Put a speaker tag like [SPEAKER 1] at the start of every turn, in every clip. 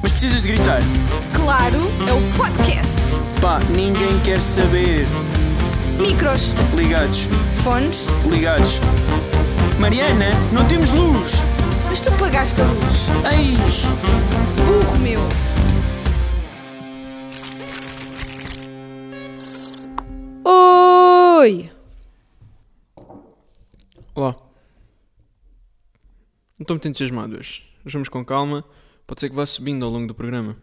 [SPEAKER 1] precisas de gritar?
[SPEAKER 2] Claro, é o podcast.
[SPEAKER 1] Pá, ninguém quer saber.
[SPEAKER 2] Micros,
[SPEAKER 1] Ligados,
[SPEAKER 2] fones,
[SPEAKER 1] ligados. Mariana, não temos luz!
[SPEAKER 2] mas tu pagaste a luz.
[SPEAKER 1] Ai!
[SPEAKER 2] Burro meu. Oi!
[SPEAKER 1] Olá. Não estou muito entusiasmado hoje. Mas Vamos com calma. Pode ser que vá subindo ao longo do programa.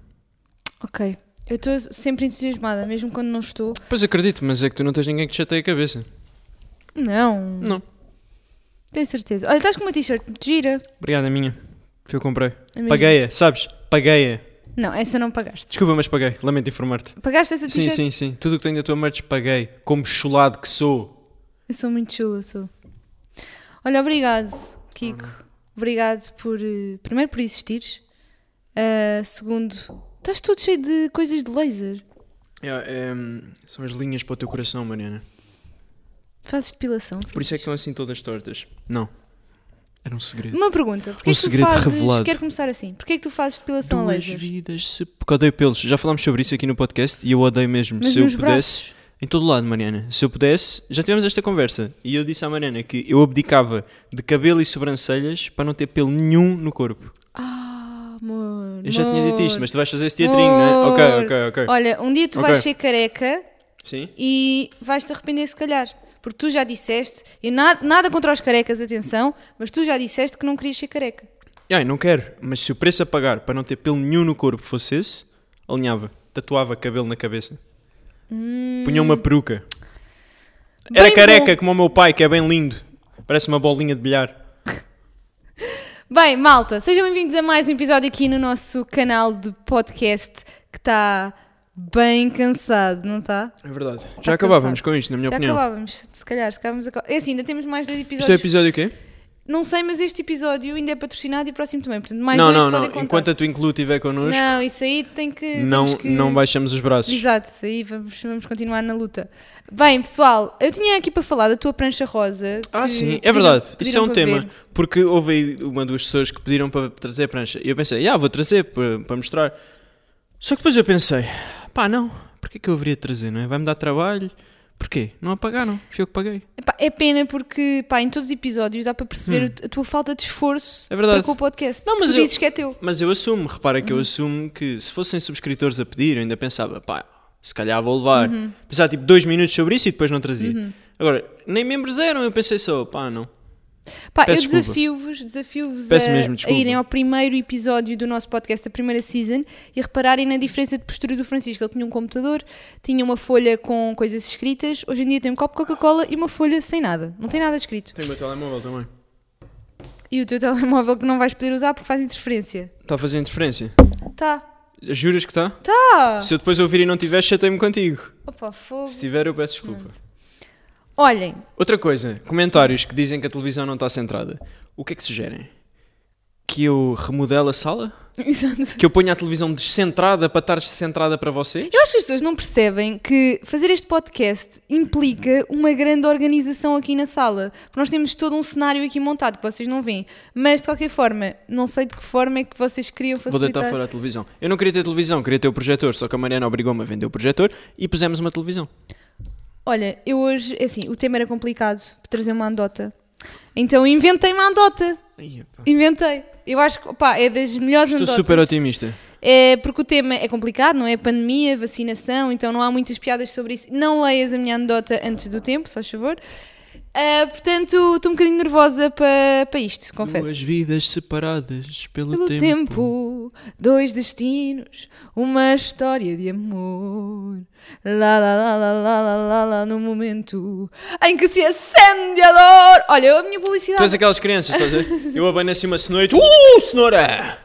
[SPEAKER 3] Ok. Eu estou sempre entusiasmada, mesmo quando não estou.
[SPEAKER 1] Pois acredito, mas é que tu não tens ninguém que te chateie a cabeça.
[SPEAKER 3] Não,
[SPEAKER 1] Não.
[SPEAKER 3] tenho certeza. Olha, estás com uma t-shirt muito gira.
[SPEAKER 1] Obrigado, a minha. Fui eu que comprei.
[SPEAKER 3] mesmo?
[SPEAKER 1] Paguei-a, sabes? Paguei-a.
[SPEAKER 3] Não, essa não pagaste.
[SPEAKER 1] Desculpa, mas paguei. Lamento informar-te.
[SPEAKER 3] Pagaste essa
[SPEAKER 1] Sim,
[SPEAKER 3] t-shirt?
[SPEAKER 1] sim, sim. Tudo o que tenho da tua merch paguei. Como chulado que sou.
[SPEAKER 3] Eu sou muito chula, sou. Olha, obrigado, Kiko. Obrigado por. eh, Primeiro, por existires. Ah, segundo, estás todo cheio de coisas de laser.
[SPEAKER 1] É, são as linhas para o teu coração, Mariana.
[SPEAKER 3] Fazes depilação.
[SPEAKER 1] Por isso é que estão assim todas tortas. Não. Era um segredo.
[SPEAKER 3] Uma pergunta. Porquê
[SPEAKER 1] Um
[SPEAKER 3] é que
[SPEAKER 1] segredo
[SPEAKER 3] tu fazes...
[SPEAKER 1] revelado.
[SPEAKER 3] Quero começar assim. Porquê é que tu fazes depilação a
[SPEAKER 1] Duas
[SPEAKER 3] laser?
[SPEAKER 1] vidas se... Porque odeio pelos. Já falámos sobre isso aqui no podcast e eu odeio mesmo.
[SPEAKER 3] Mas
[SPEAKER 1] se eu
[SPEAKER 3] nos
[SPEAKER 1] pudesse...
[SPEAKER 3] braços?
[SPEAKER 1] Em todo lado, Mariana. Se eu pudesse... Já tivemos esta conversa. E eu disse à Mariana que eu abdicava de cabelo e sobrancelhas para não ter pelo nenhum no corpo.
[SPEAKER 3] Ah, amor.
[SPEAKER 1] Eu já tinha dito isto,
[SPEAKER 3] amor.
[SPEAKER 1] mas tu vais fazer esse teatrinho, não é? Ok,
[SPEAKER 3] Amor.
[SPEAKER 1] ok, ok.
[SPEAKER 3] Olha, um dia tu
[SPEAKER 1] Ok.
[SPEAKER 3] vais ser careca
[SPEAKER 1] Sim?
[SPEAKER 3] e vais-te arrepender, se calhar. Porque tu já disseste, e nada, nada contra os carecas, atenção, mas tu já disseste que não querias ser careca.
[SPEAKER 1] Ai, não quero, mas se o preço a pagar para não ter pelo nenhum no corpo fosse esse, alinhava, tatuava cabelo na cabeça. Punha uma peruca. Era
[SPEAKER 3] Hum. Bem
[SPEAKER 1] careca,
[SPEAKER 3] bom.
[SPEAKER 1] como o meu pai, que é bem lindo. Parece uma bolinha de bilhar.
[SPEAKER 3] Bem, malta, sejam bem-vindos a mais um episódio aqui no nosso canal de podcast que está bem cansado, não está?
[SPEAKER 1] É verdade. Já
[SPEAKER 3] Tá
[SPEAKER 1] acabávamos
[SPEAKER 3] cansado.
[SPEAKER 1] com isto, na minha
[SPEAKER 3] Já
[SPEAKER 1] opinião.
[SPEAKER 3] acabávamos, se calhar, se acabávamos a... co- É assim, ainda temos mais dois episódios.
[SPEAKER 1] Isto é episódio o quê?
[SPEAKER 3] Não sei, mas este episódio ainda é patrocinado e o próximo também, portanto mais
[SPEAKER 1] não,
[SPEAKER 3] dois
[SPEAKER 1] não, não.
[SPEAKER 3] podem contar.
[SPEAKER 1] Enquanto a tua inclu estiver connosco,
[SPEAKER 3] Não, isso aí tem que...
[SPEAKER 1] não,
[SPEAKER 3] temos que...
[SPEAKER 1] não baixamos os braços.
[SPEAKER 3] Exato, aí vamos, vamos continuar na luta. Bem, pessoal, eu tinha aqui para falar da tua prancha rosa.
[SPEAKER 1] Ah,
[SPEAKER 3] que
[SPEAKER 1] sim, é
[SPEAKER 3] pediram-
[SPEAKER 1] verdade. Isso é
[SPEAKER 3] pediram
[SPEAKER 1] um
[SPEAKER 3] para
[SPEAKER 1] tema.
[SPEAKER 3] ver.
[SPEAKER 1] Porque houve aí uma duas pessoas que pediram para trazer a prancha. E eu pensei, ah, vou trazer para, para mostrar. Só que depois eu pensei, pá, não, porquê que eu deveria trazer, não é? Vai-me dar trabalho. Porquê? Não a pagaram, fui eu que paguei.
[SPEAKER 3] Epá, é pena porque pá, em todos os episódios dá para perceber a tua falta de esforço
[SPEAKER 1] Hum. É verdade.
[SPEAKER 3] para com o podcast.
[SPEAKER 1] Não,
[SPEAKER 3] que
[SPEAKER 1] mas
[SPEAKER 3] tu
[SPEAKER 1] eu-
[SPEAKER 3] dizes que é teu.
[SPEAKER 1] Mas eu assumo, repara que eu assumo que se fossem subscritores a pedir, eu ainda pensava, pá, se calhar vou levar. Pensava tipo dois minutos sobre isso e depois não trazia. Agora, nem membros eram, eu pensei só, pá, não.
[SPEAKER 3] Pá, eu
[SPEAKER 1] Peço desculpa.
[SPEAKER 3] desafio-vos, desafio-vos
[SPEAKER 1] Peço
[SPEAKER 3] a,
[SPEAKER 1] mesmo
[SPEAKER 3] a
[SPEAKER 1] desculpa.
[SPEAKER 3] irem ao primeiro episódio do nosso podcast, da primeira season, e a repararem na diferença de postura do Francisco. Ele tinha um computador, tinha uma folha com coisas escritas, hoje em dia tem um copo de Coca-Cola e uma folha sem nada. Não tem nada escrito.
[SPEAKER 1] Tenho o meu telemóvel também.
[SPEAKER 3] E o teu telemóvel que não vais poder usar porque faz interferência.
[SPEAKER 1] Está a fazer interferência?
[SPEAKER 3] Tá.
[SPEAKER 1] Juras que está?
[SPEAKER 3] Tá.
[SPEAKER 1] Se eu depois ouvir e não tiver, chatei-me contigo.
[SPEAKER 3] Opa, fogo.
[SPEAKER 1] Se tiver, eu peço desculpa.
[SPEAKER 3] Olhem,
[SPEAKER 1] Outra coisa, comentários que dizem que a televisão não está centrada. O que é que sugerem? Que eu remodele a sala?
[SPEAKER 3] exato.
[SPEAKER 1] Que eu ponha a televisão descentrada para estar centrada para vocês?
[SPEAKER 3] Eu acho que as pessoas não percebem que fazer este podcast implica uma grande organização aqui na sala. Porque nós temos todo um cenário aqui montado que vocês não veem. Mas de qualquer forma, não sei de que forma é que vocês queriam
[SPEAKER 1] Vou
[SPEAKER 3] facilitar.
[SPEAKER 1] deitar fora a televisão. Eu não queria ter televisão, queria ter o projetor, só que a Mariana obrigou-me a vender o projetor e pusemos uma televisão.
[SPEAKER 3] Olha, eu hoje, é assim, o tema era complicado para trazer uma andota. Então inventei uma andota.
[SPEAKER 1] Ai, epá.
[SPEAKER 3] Inventei. Eu acho que, opá, é das melhores
[SPEAKER 1] Estou
[SPEAKER 3] andotas.
[SPEAKER 1] super otimista.
[SPEAKER 3] É, porque o tema é complicado, não é? Pandemia, vacinação, então não há muitas piadas sobre isso. Não leias a minha anedota antes do tempo, só favor. Ah, portanto, estou um bocadinho nervosa para pa isto, confesso.
[SPEAKER 1] Duas vidas separadas pelo,
[SPEAKER 3] Pelo
[SPEAKER 1] tempo.
[SPEAKER 3] tempo, dois destinos, uma história de amor. Lá, lá, lá, lá, lá, lá, lá, lá, no momento em que se acende a dor. Olha, a minha
[SPEAKER 1] Tu és
[SPEAKER 3] publicidade.
[SPEAKER 1] aquelas crianças, estás a ver? Eu abanei assim uma cenoura e tu... Uh, cenoura!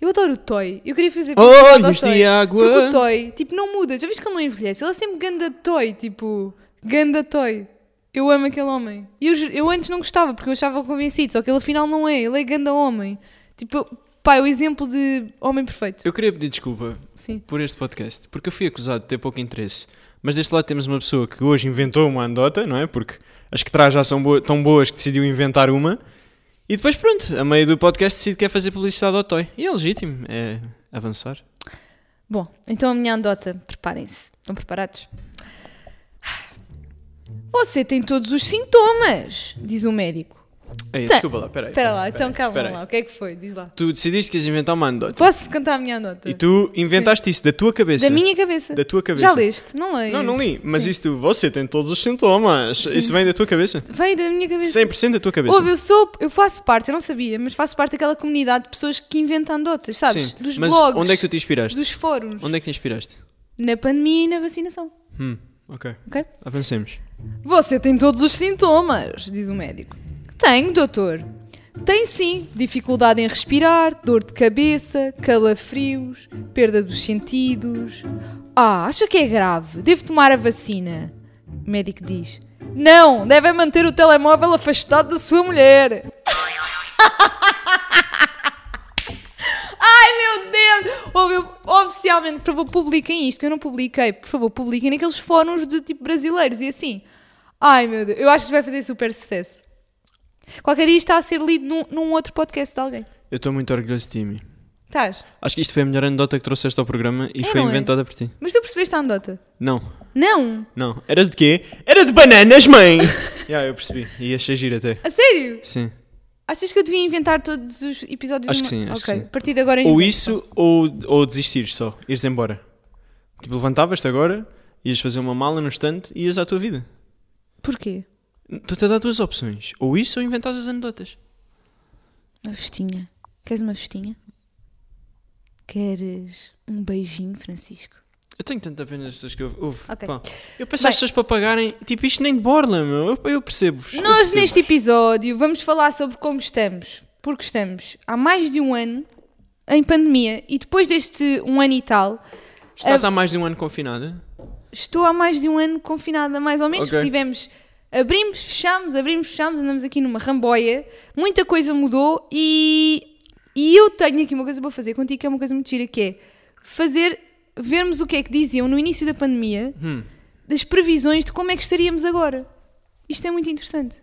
[SPEAKER 3] Eu adoro o Toy. Eu queria fazer
[SPEAKER 1] Olhos
[SPEAKER 3] publicidade ao
[SPEAKER 1] de é água.
[SPEAKER 3] Porque o Toy, tipo, não muda. Já viste que ele não envelhece? Ele é sempre ganda Toy, tipo, ganda Toy. Eu amo aquele homem. E eu, ju- eu antes não gostava, porque eu achava convencido. Só que ele afinal não é. Ele é ganda homem. Tipo, eu- pá, é o exemplo de homem perfeito.
[SPEAKER 1] Eu queria pedir desculpa
[SPEAKER 3] Sim.
[SPEAKER 1] por este podcast, porque eu fui acusado de ter pouco interesse. Mas deste lado temos uma pessoa que hoje inventou uma anedota, não é? Porque as que traz já são boa- tão boas que decidiu inventar uma. E depois, pronto, a meio do podcast decide que quer fazer publicidade ao Toy. E é legítimo, é Avançar?
[SPEAKER 3] Bom, então a minha andota, preparem-se. Estão preparados? Você tem todos os sintomas, diz o médico.
[SPEAKER 1] Ei,
[SPEAKER 3] Tá.
[SPEAKER 1] É, desculpa lá, peraí.
[SPEAKER 3] Espera
[SPEAKER 1] peraí,
[SPEAKER 3] lá, então
[SPEAKER 1] peraí,
[SPEAKER 3] calma
[SPEAKER 1] peraí.
[SPEAKER 3] lá, o que é que foi? Diz lá.
[SPEAKER 1] Tu decidiste que ias inventar uma anedota.
[SPEAKER 3] Posso cantar a minha nota?
[SPEAKER 1] E tu inventaste isso da tua cabeça.
[SPEAKER 3] Da minha cabeça.
[SPEAKER 1] Da tua cabeça.
[SPEAKER 3] Já leste? Não leio.
[SPEAKER 1] Não, não li. Mas isso, tu- você tem todos os sintomas. Isso vem da tua cabeça.
[SPEAKER 3] Vem da minha cabeça.
[SPEAKER 1] 100% da tua cabeça.
[SPEAKER 3] Ouve, eu sou, eu faço parte, eu não sabia, mas faço parte daquela comunidade de pessoas que inventam dotas, sabes?
[SPEAKER 1] Sim.
[SPEAKER 3] Dos
[SPEAKER 1] mas
[SPEAKER 3] blogs,
[SPEAKER 1] onde é que tu te inspiraste?
[SPEAKER 3] dos fóruns,
[SPEAKER 1] Onde é que te inspiraste?
[SPEAKER 3] na pandemia e na vacinação,
[SPEAKER 1] Hum, ok.
[SPEAKER 3] ok?
[SPEAKER 1] Avancemos.
[SPEAKER 3] Você tem todos os sintomas, diz o médico. Tenho, doutor. Tem sim, dificuldade em respirar, dor de cabeça, calafrios, perda dos sentidos. Ah, acha que é grave? Devo tomar a vacina? O médico diz. Não, deve manter o telemóvel afastado da sua mulher. Ai meu Deus! Ouve, eu- oficialmente, por favor, publiquem isto, que eu não publiquei. Por favor, publiquem naqueles fóruns de tipo brasileiros e assim. Ai meu Deus, eu acho que vai fazer super sucesso. Qualquer dia isto está a ser lido num, num outro podcast de alguém.
[SPEAKER 1] Eu estou muito orgulhoso de ti, Mi.
[SPEAKER 3] Estás?
[SPEAKER 1] Acho que isto foi a melhor anedota que trouxeste ao programa e
[SPEAKER 3] É,
[SPEAKER 1] foi
[SPEAKER 3] não é?
[SPEAKER 1] inventada por ti.
[SPEAKER 3] Mas tu percebeste a anedota?
[SPEAKER 1] Não,
[SPEAKER 3] Não!
[SPEAKER 1] não. Era de quê? Era de bananas, mãe! yeah, eu percebi. E achei giro até.
[SPEAKER 3] A sério?
[SPEAKER 1] Sim.
[SPEAKER 3] Achas que eu devia inventar todos os episódios?
[SPEAKER 1] Acho
[SPEAKER 3] numa-
[SPEAKER 1] que sim, acho que
[SPEAKER 3] Ok,
[SPEAKER 1] sim.
[SPEAKER 3] a partir de agora eu
[SPEAKER 1] Ou
[SPEAKER 3] invento.
[SPEAKER 1] isso, ou, ou desistir só. Ires embora. Tipo, levantavas-te agora, ias fazer uma mala no estante e ias à tua vida.
[SPEAKER 3] Porquê?
[SPEAKER 1] Estou-te a dar duas opções. Ou isso, ou inventares as anedotas.
[SPEAKER 3] Uma festinha. Queres uma festinha? Queres um beijinho, Francisco?
[SPEAKER 1] Eu tenho tanta pena das pessoas que eu ouve.
[SPEAKER 3] Ok.
[SPEAKER 1] Pá, eu peço às pessoas para pagarem. Tipo, isto nem de borla, meu. Eu, eu percebo-vos. eu
[SPEAKER 3] Nós,
[SPEAKER 1] percebo.
[SPEAKER 3] neste episódio, vamos falar sobre como estamos. Porque estamos há mais de um ano em pandemia e depois deste um ano e tal, É-
[SPEAKER 1] Estás há mais de um ano confinada?
[SPEAKER 3] estou há mais de um ano confinada, mais ou menos.
[SPEAKER 1] Ok.
[SPEAKER 3] porque Tivemos. Abrimos, fechamos, abrimos, fechamos, andamos aqui numa ramboia. Muita coisa mudou e. E eu tenho aqui uma coisa para fazer contigo que é uma coisa muito gira, que é fazer. vermos o que é que diziam no início da pandemia
[SPEAKER 1] Hum.
[SPEAKER 3] das previsões de como é que estaríamos agora. Isto é muito interessante.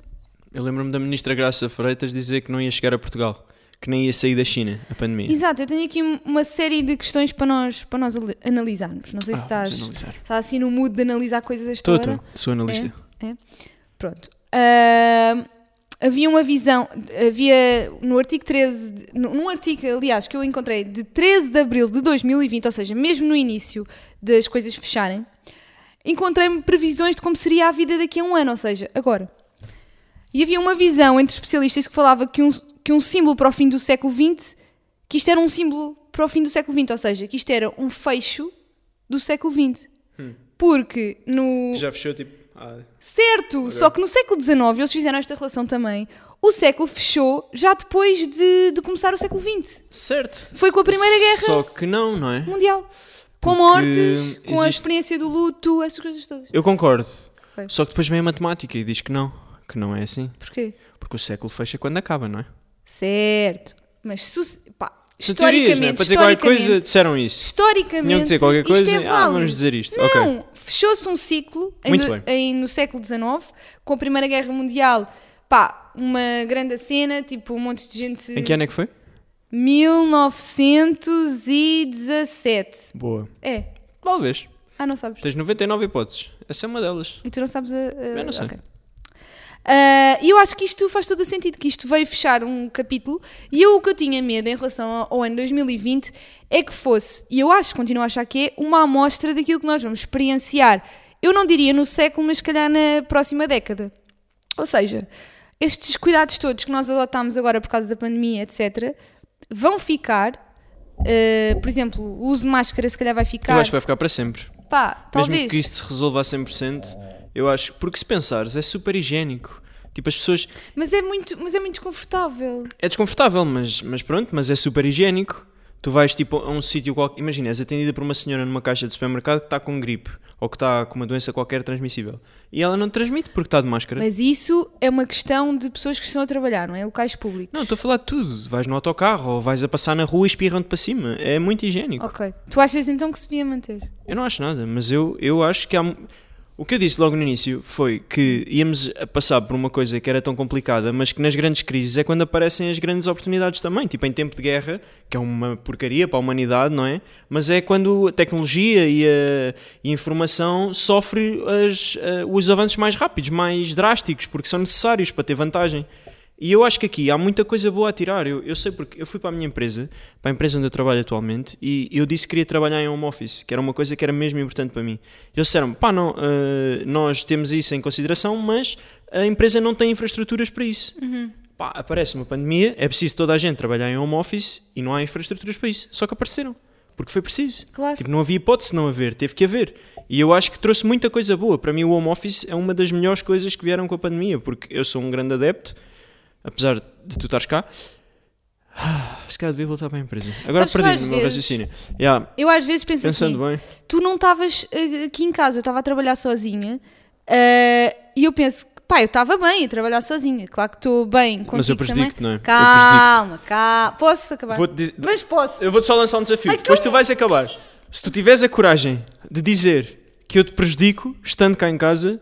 [SPEAKER 1] Eu lembro-me da ministra Graça Freitas dizer que não ia chegar a Portugal. Que nem ia sair da China, a pandemia.
[SPEAKER 3] Exato, eu tenho aqui um- uma série de questões para nós, para nós ali- analisarmos. Não sei se
[SPEAKER 1] Ah, vamos
[SPEAKER 3] estás,
[SPEAKER 1] analisar.
[SPEAKER 3] estás assim no mood de analisar coisas esta
[SPEAKER 1] Estou,
[SPEAKER 3] hora.
[SPEAKER 1] estou. Sou analista.
[SPEAKER 3] É, é. Pronto. Ahm, havia uma visão, havia no artigo 13, de- no- num artigo, aliás, que eu encontrei de 13 de abril de 2020, ou seja, mesmo no início das coisas fecharem, encontrei-me previsões de como seria a vida daqui a um ano, ou seja, agora. E havia uma visão entre especialistas que falava que um, que um símbolo para o fim do século XX, que isto era um símbolo para o fim do século XX, ou seja, que isto era um fecho do século XX. Porque no.
[SPEAKER 1] Já fechou, tipo. Ah,
[SPEAKER 3] Certo, só que no século XIX eles fizeram esta relação também. O século fechou já depois de, de começar o século XX
[SPEAKER 1] Certo.
[SPEAKER 3] Foi com a Primeira Guerra.
[SPEAKER 1] Só que não, não é?
[SPEAKER 3] mundial. Com
[SPEAKER 1] Porque
[SPEAKER 3] mortes, com a
[SPEAKER 1] existe-
[SPEAKER 3] experiência do luto, essas coisas todas.
[SPEAKER 1] Eu concordo.
[SPEAKER 3] Ok.
[SPEAKER 1] Só que depois vem a matemática e diz que não. Que não é assim.
[SPEAKER 3] Porquê?
[SPEAKER 1] Porque o século fecha quando acaba, não é?
[SPEAKER 3] Certo, mas su- pá,
[SPEAKER 1] São teorias, não é?
[SPEAKER 3] historicamente,
[SPEAKER 1] Para dizer qualquer coisa,
[SPEAKER 3] historicamente,
[SPEAKER 1] disseram isso.
[SPEAKER 3] historicamente,
[SPEAKER 1] Tinham de dizer qualquer
[SPEAKER 3] isto
[SPEAKER 1] coisa.
[SPEAKER 3] é
[SPEAKER 1] ah,
[SPEAKER 3] válido.
[SPEAKER 1] vamos dizer isto.
[SPEAKER 3] Não,
[SPEAKER 1] Ok.
[SPEAKER 3] fechou-se um ciclo em
[SPEAKER 1] Muito
[SPEAKER 3] do-
[SPEAKER 1] bem.
[SPEAKER 3] em- no século XIX, com a Primeira Guerra Mundial, pá, uma grande cena, tipo um monte de gente...
[SPEAKER 1] Em que ano é que foi?
[SPEAKER 3] 1917.
[SPEAKER 1] Boa.
[SPEAKER 3] É.
[SPEAKER 1] Talvez.
[SPEAKER 3] Ah, não sabes.
[SPEAKER 1] Tens 99 hipóteses. Essa é uma delas.
[SPEAKER 3] E tu não sabes a. a-
[SPEAKER 1] Eu não sei.
[SPEAKER 3] ok. Ah, E eu acho que isto faz todo o sentido, que isto veio fechar um capítulo. E eu o que eu tinha medo em relação ao- ao ano 2020 é que fosse, e eu acho, continuo a achar que é, uma amostra daquilo que nós vamos experienciar. Eu não diria no século, mas se calhar na próxima década. Ou seja, estes cuidados todos que nós adotámos agora por causa da pandemia, etc., vão ficar. ah, por exemplo, o uso de máscara se calhar vai ficar.
[SPEAKER 1] Eu acho que vai ficar para sempre.
[SPEAKER 3] Pá, talvez.
[SPEAKER 1] Mesmo que isto se resolva a 100%, eu acho. Porque se pensares, é super higiênico. Tipo, as pessoas.
[SPEAKER 3] Mas é muito, mas é muito desconfortável.
[SPEAKER 1] É desconfortável, mas, mas pronto, mas é super higiênico. Tu vais tipo a um sítio qualquer. Imagina, és atendida por uma senhora numa caixa de supermercado que está com gripe ou que está com uma doença qualquer transmissível. E ela não transmite porque está de máscara.
[SPEAKER 3] Mas isso é uma questão de pessoas que estão a trabalhar, não é? Em Locais públicos.
[SPEAKER 1] Não, estou a falar de tudo. Vais no autocarro ou vais a passar na rua e espirram-te para cima. É muito higiênico.
[SPEAKER 3] Ok. Tu achas então que se devia manter?
[SPEAKER 1] Eu não acho nada, mas eu, eu acho que há. mu- O que eu disse logo no início foi que íamos a passar por uma coisa que era tão complicada, mas que nas grandes crises é quando aparecem as grandes oportunidades também. Tipo em tempo de guerra, que é uma porcaria para a humanidade, não é? Mas é quando a tecnologia e a, e a informação sofre as, eh, os avanços mais rápidos, mais drásticos, porque são necessários para ter vantagem. E eu acho que aqui há muita coisa boa a tirar. Eu, eu sei porque eu fui para a minha empresa, para a empresa onde eu trabalho atualmente, e eu disse que queria trabalhar em home office, que era uma coisa que era mesmo importante para mim. E Eles disseram: pá, não, eh, nós temos isso em consideração, mas a empresa não tem infraestruturas para isso. Pá, aparece uma pandemia, é preciso toda a gente trabalhar em home office e não há infraestruturas para isso. Só que apareceram, porque foi preciso.
[SPEAKER 3] Claro.
[SPEAKER 1] Tipo, não havia hipótese de não haver, teve que haver. E eu acho que trouxe muita coisa boa. Para mim, o home office é uma das melhores coisas que vieram com a pandemia, porque eu sou um grande adepto, apesar de tu estares cá. Ah, Se calhar devia voltar para a empresa. Agora
[SPEAKER 3] Sabes que às
[SPEAKER 1] perdi o meu
[SPEAKER 3] vezes-
[SPEAKER 1] raciocínio. Yeah,
[SPEAKER 3] Eu às vezes penso assim,
[SPEAKER 1] pensando bem.
[SPEAKER 3] tu não estavas eh, aqui em casa, eu estava a trabalhar sozinha eh, e eu penso, pá, eu estava bem a trabalhar sozinha, claro que estou bem contigo
[SPEAKER 1] Mas eu
[SPEAKER 3] também.
[SPEAKER 1] prejudico-te, não é? Eu
[SPEAKER 3] Calma, calma. Posso acabar?
[SPEAKER 1] Vou-te dizer-
[SPEAKER 3] Mas posso.
[SPEAKER 1] Eu vou-te só lançar um desafio.
[SPEAKER 3] Ai, que
[SPEAKER 1] Depois
[SPEAKER 3] eu-
[SPEAKER 1] tu vais acabar. Se tu tiveres a coragem de dizer que eu te prejudico, estando cá em casa,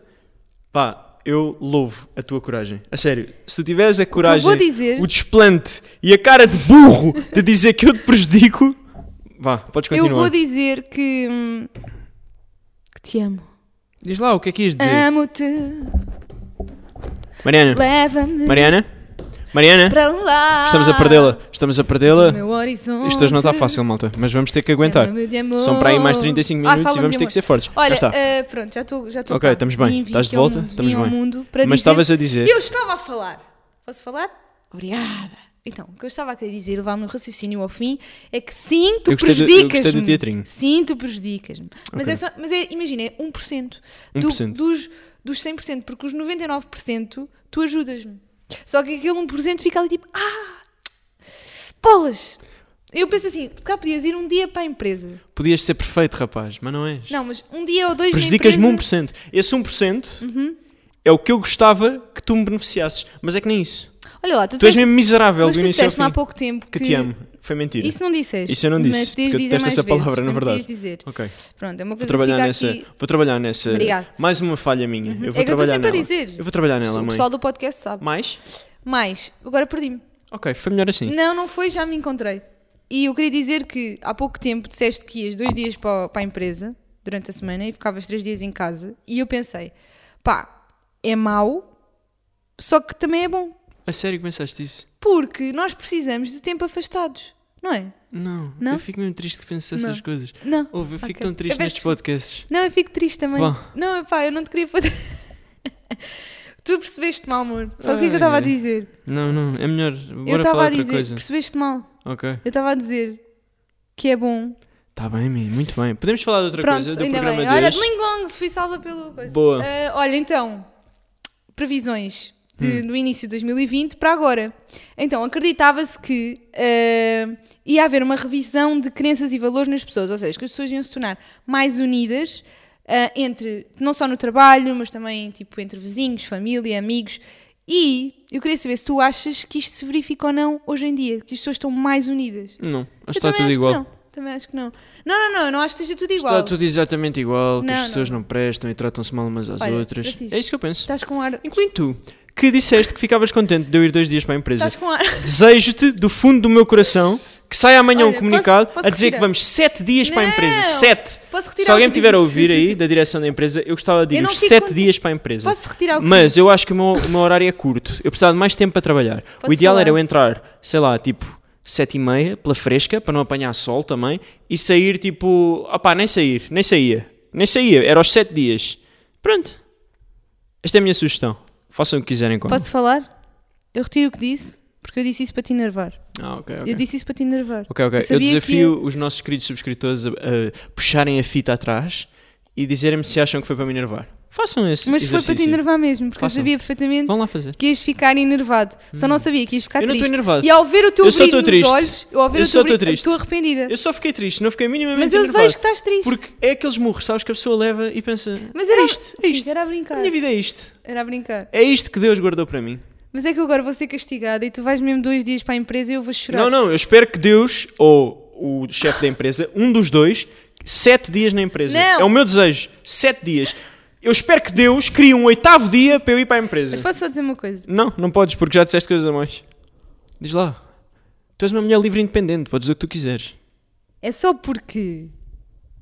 [SPEAKER 1] pá, eu louvo a tua coragem. A sério, se tu tiveres a coragem,
[SPEAKER 3] vou dizer-
[SPEAKER 1] o desplante e a cara de burro de dizer que eu te prejudico, vá, podes
[SPEAKER 3] Eu
[SPEAKER 1] continuar.
[SPEAKER 3] vou dizer que, hum, que te amo.
[SPEAKER 1] Diz lá o que é que ias dizer.
[SPEAKER 3] Ah, Amo-te,
[SPEAKER 1] Mariana,
[SPEAKER 3] leva-me
[SPEAKER 1] Mariana, Mariana,
[SPEAKER 3] para lá.
[SPEAKER 1] estamos a perdê-la, estamos a perdê-la.
[SPEAKER 3] Meu horizonte.
[SPEAKER 1] Isto hoje não está fácil, malta, mas vamos ter que aguentar.
[SPEAKER 3] Chama-me de amor.
[SPEAKER 1] São para aí mais 35
[SPEAKER 3] Ai,
[SPEAKER 1] minutos e
[SPEAKER 3] fala-me
[SPEAKER 1] vamos
[SPEAKER 3] de
[SPEAKER 1] ter
[SPEAKER 3] amor.
[SPEAKER 1] que ser fortes. Cá
[SPEAKER 3] Olha,
[SPEAKER 1] está.
[SPEAKER 3] eh, pronto, já estou já estou
[SPEAKER 1] Ok,
[SPEAKER 3] cá.
[SPEAKER 1] estamos bem.
[SPEAKER 3] Vim- vim
[SPEAKER 1] Estás de
[SPEAKER 3] aqui ao
[SPEAKER 1] volta?
[SPEAKER 3] mundo-
[SPEAKER 1] Estamos
[SPEAKER 3] vim ao
[SPEAKER 1] bem.
[SPEAKER 3] mundo para
[SPEAKER 1] Mas
[SPEAKER 3] dizer-
[SPEAKER 1] estavas a dizer-
[SPEAKER 3] Eu estava a falar. Posso falar? Obrigada. Então, o que eu estava a querer dizer, levar o meu raciocínio ao fim, é que sim, tu
[SPEAKER 1] Eu gostei do- eu gostei do
[SPEAKER 3] prejudicas-me.
[SPEAKER 1] teatrinho.
[SPEAKER 3] Sim, tu prejudicas-me. Mas,
[SPEAKER 1] Ok.
[SPEAKER 3] é só- mas é, imagina, é 1%, do-
[SPEAKER 1] 1%.
[SPEAKER 3] dos, dos 100%, porque os 99% tu ajudas-me. Só que aquele 1% fica ali tipo, ah, bolas. Eu penso assim, se calhar podias ir um dia para a empresa.
[SPEAKER 1] Podias ser perfeito, rapaz, mas não és.
[SPEAKER 3] Não, mas um dia ou dois
[SPEAKER 1] Prejudicas-me
[SPEAKER 3] na empresa... Uhum.
[SPEAKER 1] 1%. Esse 1% é o que eu gostava que tu me beneficiasses, mas é que nem isso.
[SPEAKER 3] Olha lá, tu,
[SPEAKER 1] Tu és
[SPEAKER 3] disseste-
[SPEAKER 1] mesmo miserável
[SPEAKER 3] mas
[SPEAKER 1] do
[SPEAKER 3] tu
[SPEAKER 1] início ao fim.
[SPEAKER 3] disseste-me há pouco tempo que,
[SPEAKER 1] Que te amo. Foi mentira.
[SPEAKER 3] Isso não disseste.
[SPEAKER 1] Isso eu não
[SPEAKER 3] Mas
[SPEAKER 1] disse,
[SPEAKER 3] podias
[SPEAKER 1] porque eu
[SPEAKER 3] dizer
[SPEAKER 1] detesto
[SPEAKER 3] mais
[SPEAKER 1] essa palavra,
[SPEAKER 3] vezes,
[SPEAKER 1] na
[SPEAKER 3] portanto,
[SPEAKER 1] verdade.
[SPEAKER 3] podias dizer.
[SPEAKER 1] Ok.
[SPEAKER 3] Pronto, é uma
[SPEAKER 1] Vou
[SPEAKER 3] coisa
[SPEAKER 1] trabalhar,
[SPEAKER 3] que
[SPEAKER 1] nessa,
[SPEAKER 3] fica aqui.
[SPEAKER 1] vou trabalhar nessa.
[SPEAKER 3] Obrigada.
[SPEAKER 1] Mais uma falha minha. Eu
[SPEAKER 3] É
[SPEAKER 1] vou
[SPEAKER 3] que eu estou
[SPEAKER 1] trabalhar
[SPEAKER 3] sempre a
[SPEAKER 1] nela.
[SPEAKER 3] dizer.
[SPEAKER 1] Eu vou trabalhar nela,
[SPEAKER 3] O
[SPEAKER 1] mãe.
[SPEAKER 3] pessoal do podcast sabe.
[SPEAKER 1] Mais?
[SPEAKER 3] Mas, agora perdi-me.
[SPEAKER 1] Ok, foi melhor assim.
[SPEAKER 3] Não, não foi, já me encontrei. E eu queria dizer que há pouco tempo disseste que ias dois dias para, para a empresa durante a semana e ficavas três dias em casa. E eu pensei, pá, é mau, só que também é bom.
[SPEAKER 1] A sério que pensaste isso?
[SPEAKER 3] Porque nós precisamos de tempo afastados, não é?
[SPEAKER 1] Não.
[SPEAKER 3] Não?
[SPEAKER 1] Eu fico mesmo triste que penso essas
[SPEAKER 3] Não.
[SPEAKER 1] coisas.
[SPEAKER 3] Não.
[SPEAKER 1] Ouve, eu fico
[SPEAKER 3] Ok.
[SPEAKER 1] tão
[SPEAKER 3] Eu
[SPEAKER 1] triste
[SPEAKER 3] peço
[SPEAKER 1] nestes podcasts.
[SPEAKER 3] Não, eu fico triste também.
[SPEAKER 1] Bom.
[SPEAKER 3] Não, pá, eu não te queria fazer. tu percebeste mal, amor. Sabes o que é que eu estava a
[SPEAKER 1] Ai.
[SPEAKER 3] dizer?
[SPEAKER 1] Não, não, é melhor.
[SPEAKER 3] eu
[SPEAKER 1] Bora
[SPEAKER 3] estava
[SPEAKER 1] falar
[SPEAKER 3] a
[SPEAKER 1] outra
[SPEAKER 3] dizer,
[SPEAKER 1] coisa.
[SPEAKER 3] percebeste mal.
[SPEAKER 1] Ok.
[SPEAKER 3] Eu estava a dizer que é bom.
[SPEAKER 1] Está bem, Mi, muito bem. Podemos falar de outra
[SPEAKER 3] Pronto,
[SPEAKER 1] coisa do
[SPEAKER 3] ainda
[SPEAKER 1] programa
[SPEAKER 3] bem.
[SPEAKER 1] de
[SPEAKER 3] Olha,
[SPEAKER 1] hoje?
[SPEAKER 3] Ling Long, se fui salva pelo. Coisa.
[SPEAKER 1] Boa.
[SPEAKER 3] Ah, olha, então, previsões
[SPEAKER 1] Hum.
[SPEAKER 3] de- do início de 2020 para agora. Então, acreditava-se que ah, ia haver uma revisão de crenças e valores nas pessoas, ou seja, que as pessoas iam se tornar mais unidas. ah, entre não só no trabalho, mas também tipo entre vizinhos, família, amigos. E eu queria saber se tu achas que isto se verifica ou não hoje em dia, que as pessoas estão mais unidas.
[SPEAKER 1] Não, acho que
[SPEAKER 3] Eu
[SPEAKER 1] está
[SPEAKER 3] também
[SPEAKER 1] tudo
[SPEAKER 3] acho
[SPEAKER 1] igual.
[SPEAKER 3] que não. Também acho que não. Não, não, não, eu não acho que esteja tudo igual.
[SPEAKER 1] Está tudo exatamente igual, que
[SPEAKER 3] Não,
[SPEAKER 1] as
[SPEAKER 3] não,
[SPEAKER 1] pessoas não. prestam e tratam-se mal umas às
[SPEAKER 3] Olha, Tá.
[SPEAKER 1] outras.
[SPEAKER 3] Francisco,
[SPEAKER 1] É isso que eu penso.
[SPEAKER 3] Estás com ar.
[SPEAKER 1] Incluindo tu, que disseste que ficavas contente de eu ir dois dias para a empresa.
[SPEAKER 3] Estás com ar.
[SPEAKER 1] Desejo-te do fundo do meu coração que saia amanhã
[SPEAKER 3] Olha,
[SPEAKER 1] um comunicado
[SPEAKER 3] posso- posso
[SPEAKER 1] a dizer
[SPEAKER 3] retirar?
[SPEAKER 1] que vamos sete dias para a empresa.
[SPEAKER 3] Não!
[SPEAKER 1] Sete!
[SPEAKER 3] Posso retirar
[SPEAKER 1] Se alguém
[SPEAKER 3] o
[SPEAKER 1] me
[SPEAKER 3] que
[SPEAKER 1] tiver a
[SPEAKER 3] disse?
[SPEAKER 1] ouvir aí da direção da empresa, eu gostava de
[SPEAKER 3] Eu
[SPEAKER 1] ir
[SPEAKER 3] não
[SPEAKER 1] os
[SPEAKER 3] fico
[SPEAKER 1] sete
[SPEAKER 3] contente.
[SPEAKER 1] dias para a empresa.
[SPEAKER 3] Posso retirar É o que
[SPEAKER 1] Mas
[SPEAKER 3] disse?
[SPEAKER 1] eu acho que o meu, o meu horário é curto. Eu precisava de mais tempo para trabalhar.
[SPEAKER 3] Posso
[SPEAKER 1] o ideal
[SPEAKER 3] falar?
[SPEAKER 1] era eu entrar, sei lá, tipo sete e meia, pela fresca, para não apanhar sol também, e sair tipo... Opá, nem sair, nem saía. Nem saía, era aos sete dias. Pronto. Esta é a minha sugestão. Façam o que quiserem com
[SPEAKER 3] Posso falar? Eu retiro o que disse, porque eu disse isso para te enervar.
[SPEAKER 1] Ah, ok, ok.
[SPEAKER 3] Eu disse isso para te enervar.
[SPEAKER 1] Ok, ok. Eu,
[SPEAKER 3] sabia que
[SPEAKER 1] desafio os nossos queridos subscritores a, a puxarem a fita atrás e dizerem-me se acham que foi para me enervar. Façam esse
[SPEAKER 3] Mas foi
[SPEAKER 1] exercício.
[SPEAKER 3] para te enervar mesmo, porque
[SPEAKER 1] Façam.
[SPEAKER 3] eu sabia perfeitamente
[SPEAKER 1] Vão lá fazer.
[SPEAKER 3] que ias ficar enervado. Só não sabia que ias ficar
[SPEAKER 1] Hum. Eu não
[SPEAKER 3] triste.
[SPEAKER 1] estou enervado.
[SPEAKER 3] E ao ver o teu
[SPEAKER 1] Eu só
[SPEAKER 3] brilho
[SPEAKER 1] estou
[SPEAKER 3] nos
[SPEAKER 1] triste.
[SPEAKER 3] olhos, eu ao ver
[SPEAKER 1] Eu
[SPEAKER 3] o
[SPEAKER 1] só
[SPEAKER 3] teu
[SPEAKER 1] estou
[SPEAKER 3] brilho,
[SPEAKER 1] triste.
[SPEAKER 3] estou arrependida.
[SPEAKER 1] Eu só fiquei triste, não fiquei minimamente
[SPEAKER 3] Mas eu
[SPEAKER 1] enervado.
[SPEAKER 3] vejo que estás triste.
[SPEAKER 1] Porque é aqueles murros, sabes, que a pessoa leva e pensa...
[SPEAKER 3] Mas era
[SPEAKER 1] é isto, é isto.
[SPEAKER 3] Era a
[SPEAKER 1] A
[SPEAKER 3] brincar.
[SPEAKER 1] minha vida é isto.
[SPEAKER 3] Era a brincar.
[SPEAKER 1] É isto que Deus guardou para mim.
[SPEAKER 3] Mas é que eu agora vou ser castigada e tu vais mesmo dois dias para a empresa e eu vou chorar.
[SPEAKER 1] Não, não, eu espero que Deus ou o chefe da empresa, um dos dois, sete dias na empresa.
[SPEAKER 3] Não.
[SPEAKER 1] É o meu desejo. Sete dias. Eu espero que Deus crie um oitavo dia para eu ir para a empresa.
[SPEAKER 3] Mas posso só dizer uma coisa?
[SPEAKER 1] Não, não podes, porque já disseste coisas a mais. Diz lá. Tu és uma mulher livre e independente, podes dizer o que tu quiseres.
[SPEAKER 3] É só porque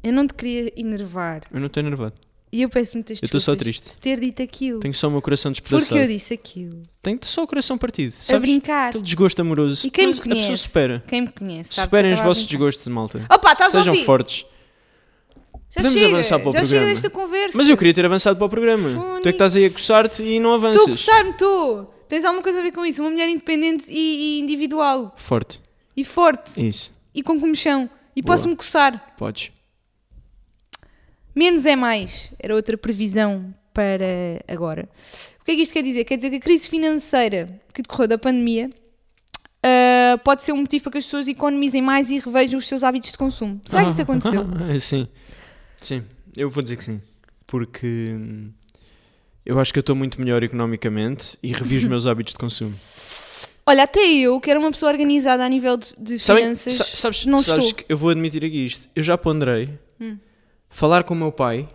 [SPEAKER 3] eu não te queria enervar
[SPEAKER 1] Eu não estou enervado.
[SPEAKER 3] e eu peço muitas
[SPEAKER 1] Eu estou só
[SPEAKER 3] desculpas
[SPEAKER 1] triste.
[SPEAKER 3] de ter dito aquilo.
[SPEAKER 1] Tenho só o meu coração despedaçado.
[SPEAKER 3] Porque eu disse aquilo.
[SPEAKER 1] Tenho só o coração partido. Sabes?
[SPEAKER 3] A brincar.
[SPEAKER 1] Aquele desgosto amoroso.
[SPEAKER 3] E quem
[SPEAKER 1] Mas
[SPEAKER 3] me conhece?
[SPEAKER 1] A pessoa supera.
[SPEAKER 3] Quem me conhece? sabe que eu
[SPEAKER 1] Superem os
[SPEAKER 3] estava a
[SPEAKER 1] vossos
[SPEAKER 3] brincar.
[SPEAKER 1] desgostos, malta.
[SPEAKER 3] Opa, estás a
[SPEAKER 1] Sejam
[SPEAKER 3] ouvir?
[SPEAKER 1] fortes.
[SPEAKER 3] Já
[SPEAKER 1] Podemos
[SPEAKER 3] chega,
[SPEAKER 1] avançar para o
[SPEAKER 3] já chega
[SPEAKER 1] programa.
[SPEAKER 3] desta conversa.
[SPEAKER 1] Mas eu queria ter avançado para o programa. Tu é que estás aí a coçar-te e não
[SPEAKER 3] Tu
[SPEAKER 1] avanças.
[SPEAKER 3] gostar-me, tu! Tens alguma coisa a ver com isso? Uma mulher independente e, e individual.
[SPEAKER 1] Forte.
[SPEAKER 3] E forte.
[SPEAKER 1] Isso.
[SPEAKER 3] E com comichão. E
[SPEAKER 1] Boa.
[SPEAKER 3] posso-me coçar.
[SPEAKER 1] Podes.
[SPEAKER 3] Menos é mais. Era outra previsão para agora. O que é que isto quer dizer? Quer dizer que a crise financeira que decorreu da pandemia ah, pode ser um motivo para que as pessoas economizem mais e revejam os seus hábitos de consumo. Será é que isso aconteceu?
[SPEAKER 1] sim. Sim. Eu vou dizer que sim. Porque hum, eu acho que eu estou muito melhor economicamente e revi os meus hábitos de consumo.
[SPEAKER 3] Olha, até eu, que era uma pessoa organizada a nível de, de
[SPEAKER 1] Sabem-
[SPEAKER 3] finanças,
[SPEAKER 1] sa- sabes,
[SPEAKER 3] não
[SPEAKER 1] sabes
[SPEAKER 3] estou. Hum.
[SPEAKER 1] que eu vou admitir aqui isto. Eu já ponderei falar com o meu pai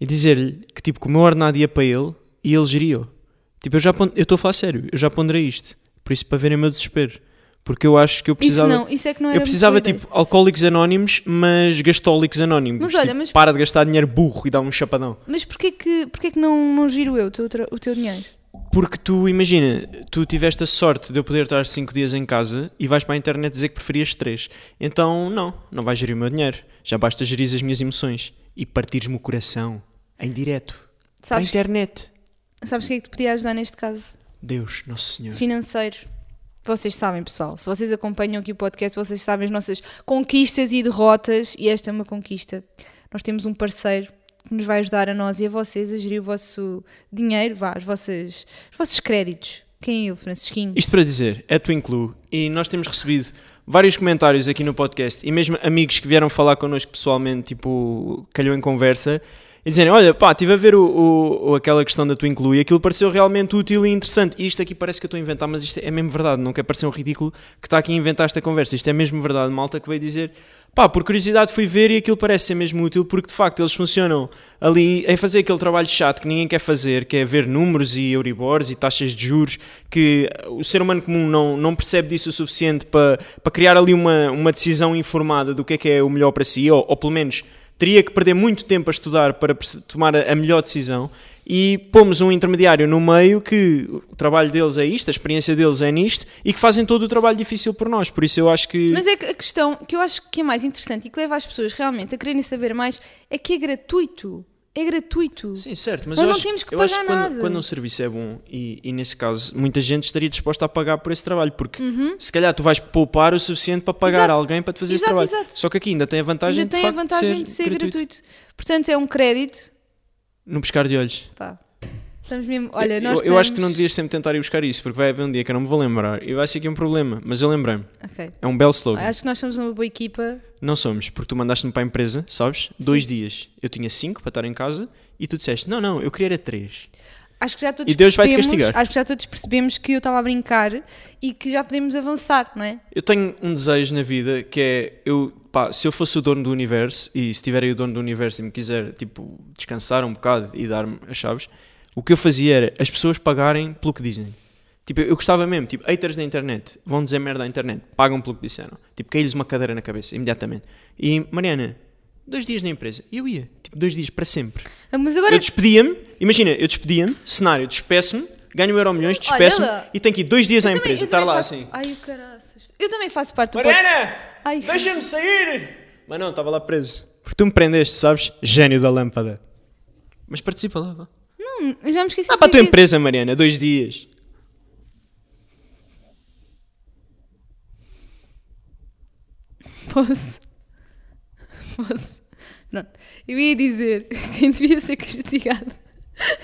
[SPEAKER 1] e dizer-lhe que tipo que o meu ordenado ia para ele e ele geria. Tipo, eu já pon- eu estou a falar sério, eu já ponderei isto. Por isso para verem o meu desespero, porque eu acho que eu
[SPEAKER 3] Isso
[SPEAKER 1] precisava
[SPEAKER 3] não, isso é que não era
[SPEAKER 1] eu precisava
[SPEAKER 3] muito boa ideia.
[SPEAKER 1] tipo alcoólicos anónimos, mas gastólicos anónimos.
[SPEAKER 3] Mas olha,
[SPEAKER 1] Tipo,
[SPEAKER 3] mas-
[SPEAKER 1] para de gastar dinheiro burro e dá um chapadão.
[SPEAKER 3] Mas porquê que, porquê que não, não giro eu o teu, tra- o teu dinheiro?
[SPEAKER 1] Porque tu imagina, tu tiveste a sorte de eu poder estar 5 dias em casa e vais para a internet dizer que preferias 3. Então, não, não vais gerir o meu dinheiro. Já basta gerir as minhas emoções e partires-me o coração em direto. Para a
[SPEAKER 3] Sabes,
[SPEAKER 1] internet.
[SPEAKER 3] sabes o que é que te podia ajudar neste caso?
[SPEAKER 1] Deus, Nosso Senhor.
[SPEAKER 3] Financeiro. Vocês sabem, pessoal. Se vocês acompanham aqui o podcast, vocês sabem as nossas conquistas e derrotas. E esta é uma conquista. Nós temos um parceiro que nos vai ajudar a nós e a vocês a gerir o vosso dinheiro, vá, as vossas, os vossos créditos. Quem é ele, Francisquinho?
[SPEAKER 1] Isto para dizer, é tu incluo e nós temos recebido vários comentários aqui no podcast e mesmo amigos que vieram falar connosco pessoalmente, tipo, calhou em conversa e dizerem, olha pá, estive a ver o, o- o- aquela questão da tu incluo e aquilo pareceu realmente útil e interessante e isto aqui parece que eu estou a inventar, mas isto é mesmo verdade, não quer parecer um ridículo que está aqui a inventar esta conversa, isto é mesmo verdade, malta que veio dizer, pá, por curiosidade fui ver e aquilo parece ser mesmo útil porque de facto eles funcionam ali em fazer aquele trabalho chato que ninguém quer fazer, que é ver números e euribores e taxas de juros, que o ser humano comum não, não percebe disso o suficiente para, para criar ali uma, uma decisão informada do que é que é o melhor para si, ou, ou pelo menos teria que perder muito tempo a estudar para perce- tomar a a melhor decisão. E pomos um intermediário no meio que o trabalho deles é isto, a experiência deles é nisto e que fazem todo o trabalho difícil por nós. Por isso eu acho que.
[SPEAKER 3] Mas é que a questão que eu acho que é mais interessante e que leva as pessoas realmente a quererem saber mais é que é gratuito. É gratuito.
[SPEAKER 1] Sim, certo,
[SPEAKER 3] Nós
[SPEAKER 1] mas eu
[SPEAKER 3] não
[SPEAKER 1] acho,
[SPEAKER 3] temos que
[SPEAKER 1] eu acho
[SPEAKER 3] pagar
[SPEAKER 1] quando,
[SPEAKER 3] nada.
[SPEAKER 1] quando um serviço é bom, e, e nesse caso, muita gente estaria disposta a pagar por esse trabalho, porque se calhar tu vais poupar o suficiente para pagar
[SPEAKER 3] Uhum. Exato.
[SPEAKER 1] alguém para te fazer
[SPEAKER 3] Exato,
[SPEAKER 1] esse trabalho.
[SPEAKER 3] exato.
[SPEAKER 1] Só que aqui ainda tem a vantagem,
[SPEAKER 3] Já
[SPEAKER 1] de,
[SPEAKER 3] tem a
[SPEAKER 1] facto,
[SPEAKER 3] vantagem de ser, gratuito. Portanto, é um crédito.
[SPEAKER 1] No pescar de olhos.
[SPEAKER 3] Pá. Estamos mesmo. Olha, nós
[SPEAKER 1] eu, eu acho que tu não
[SPEAKER 3] estamos-
[SPEAKER 1] devias sempre tentar ir buscar isso, porque vai haver um dia que eu não me vou lembrar e vai ser aqui um problema. Mas eu lembrei-me.
[SPEAKER 3] Ok.
[SPEAKER 1] É um belo slogan.
[SPEAKER 3] Acho que nós somos uma boa equipa.
[SPEAKER 1] Não somos, porque tu mandaste-me para a empresa, sabes? Dois dias. Eu tinha cinco para estar em casa e tu disseste: não, não, eu queria era três.
[SPEAKER 3] Acho que já todos
[SPEAKER 1] E Deus vai-te
[SPEAKER 3] percebemos-
[SPEAKER 1] castigar.
[SPEAKER 3] Acho que já todos percebemos que eu estava a brincar e que já podemos avançar, não é?
[SPEAKER 1] Eu tenho um desejo na vida que é eu, pá, se eu fosse o dono do universo e se tiver aí o dono do universo e me quiser, tipo, descansar um bocado e dar-me as chaves, o que eu fazia era as pessoas pagarem pelo que dizem. Tipo, eu gostava mesmo, tipo, haters da internet, vão dizer merda à internet, pagam pelo que disseram. Tipo, caiu-lhes uma cadeira na cabeça, imediatamente. E, Mariana, dois dias na empresa, e eu ia, tipo, dois dias para sempre.
[SPEAKER 3] Ah, Mas agora.
[SPEAKER 1] Eu despedia-me, imagina, eu despedia-me, cenário, despeço-me, ganho euro milhões, despeço-me
[SPEAKER 3] Olha lá.
[SPEAKER 1] e tenho que ir dois dias à
[SPEAKER 3] Também-
[SPEAKER 1] empresa,
[SPEAKER 3] eu
[SPEAKER 1] estar lá
[SPEAKER 3] faço-
[SPEAKER 1] assim.
[SPEAKER 3] Ai, o caraças. Eu também faço parte do podcast.
[SPEAKER 1] Mariana!
[SPEAKER 3] Ai.
[SPEAKER 1] Deixa-me sair! Mas não, estava lá preso. Porque tu me prendeste, sabes? Gênio da lâmpada. Mas participa lá, vá.
[SPEAKER 3] Hum, eu já me esqueci.
[SPEAKER 1] Ah,
[SPEAKER 3] do
[SPEAKER 1] para a
[SPEAKER 3] que
[SPEAKER 1] tua
[SPEAKER 3] é que-
[SPEAKER 1] empresa, Mariana, dois dias.
[SPEAKER 3] Posso? Posso? Pronto. Eu ia dizer que quem devia ser castigado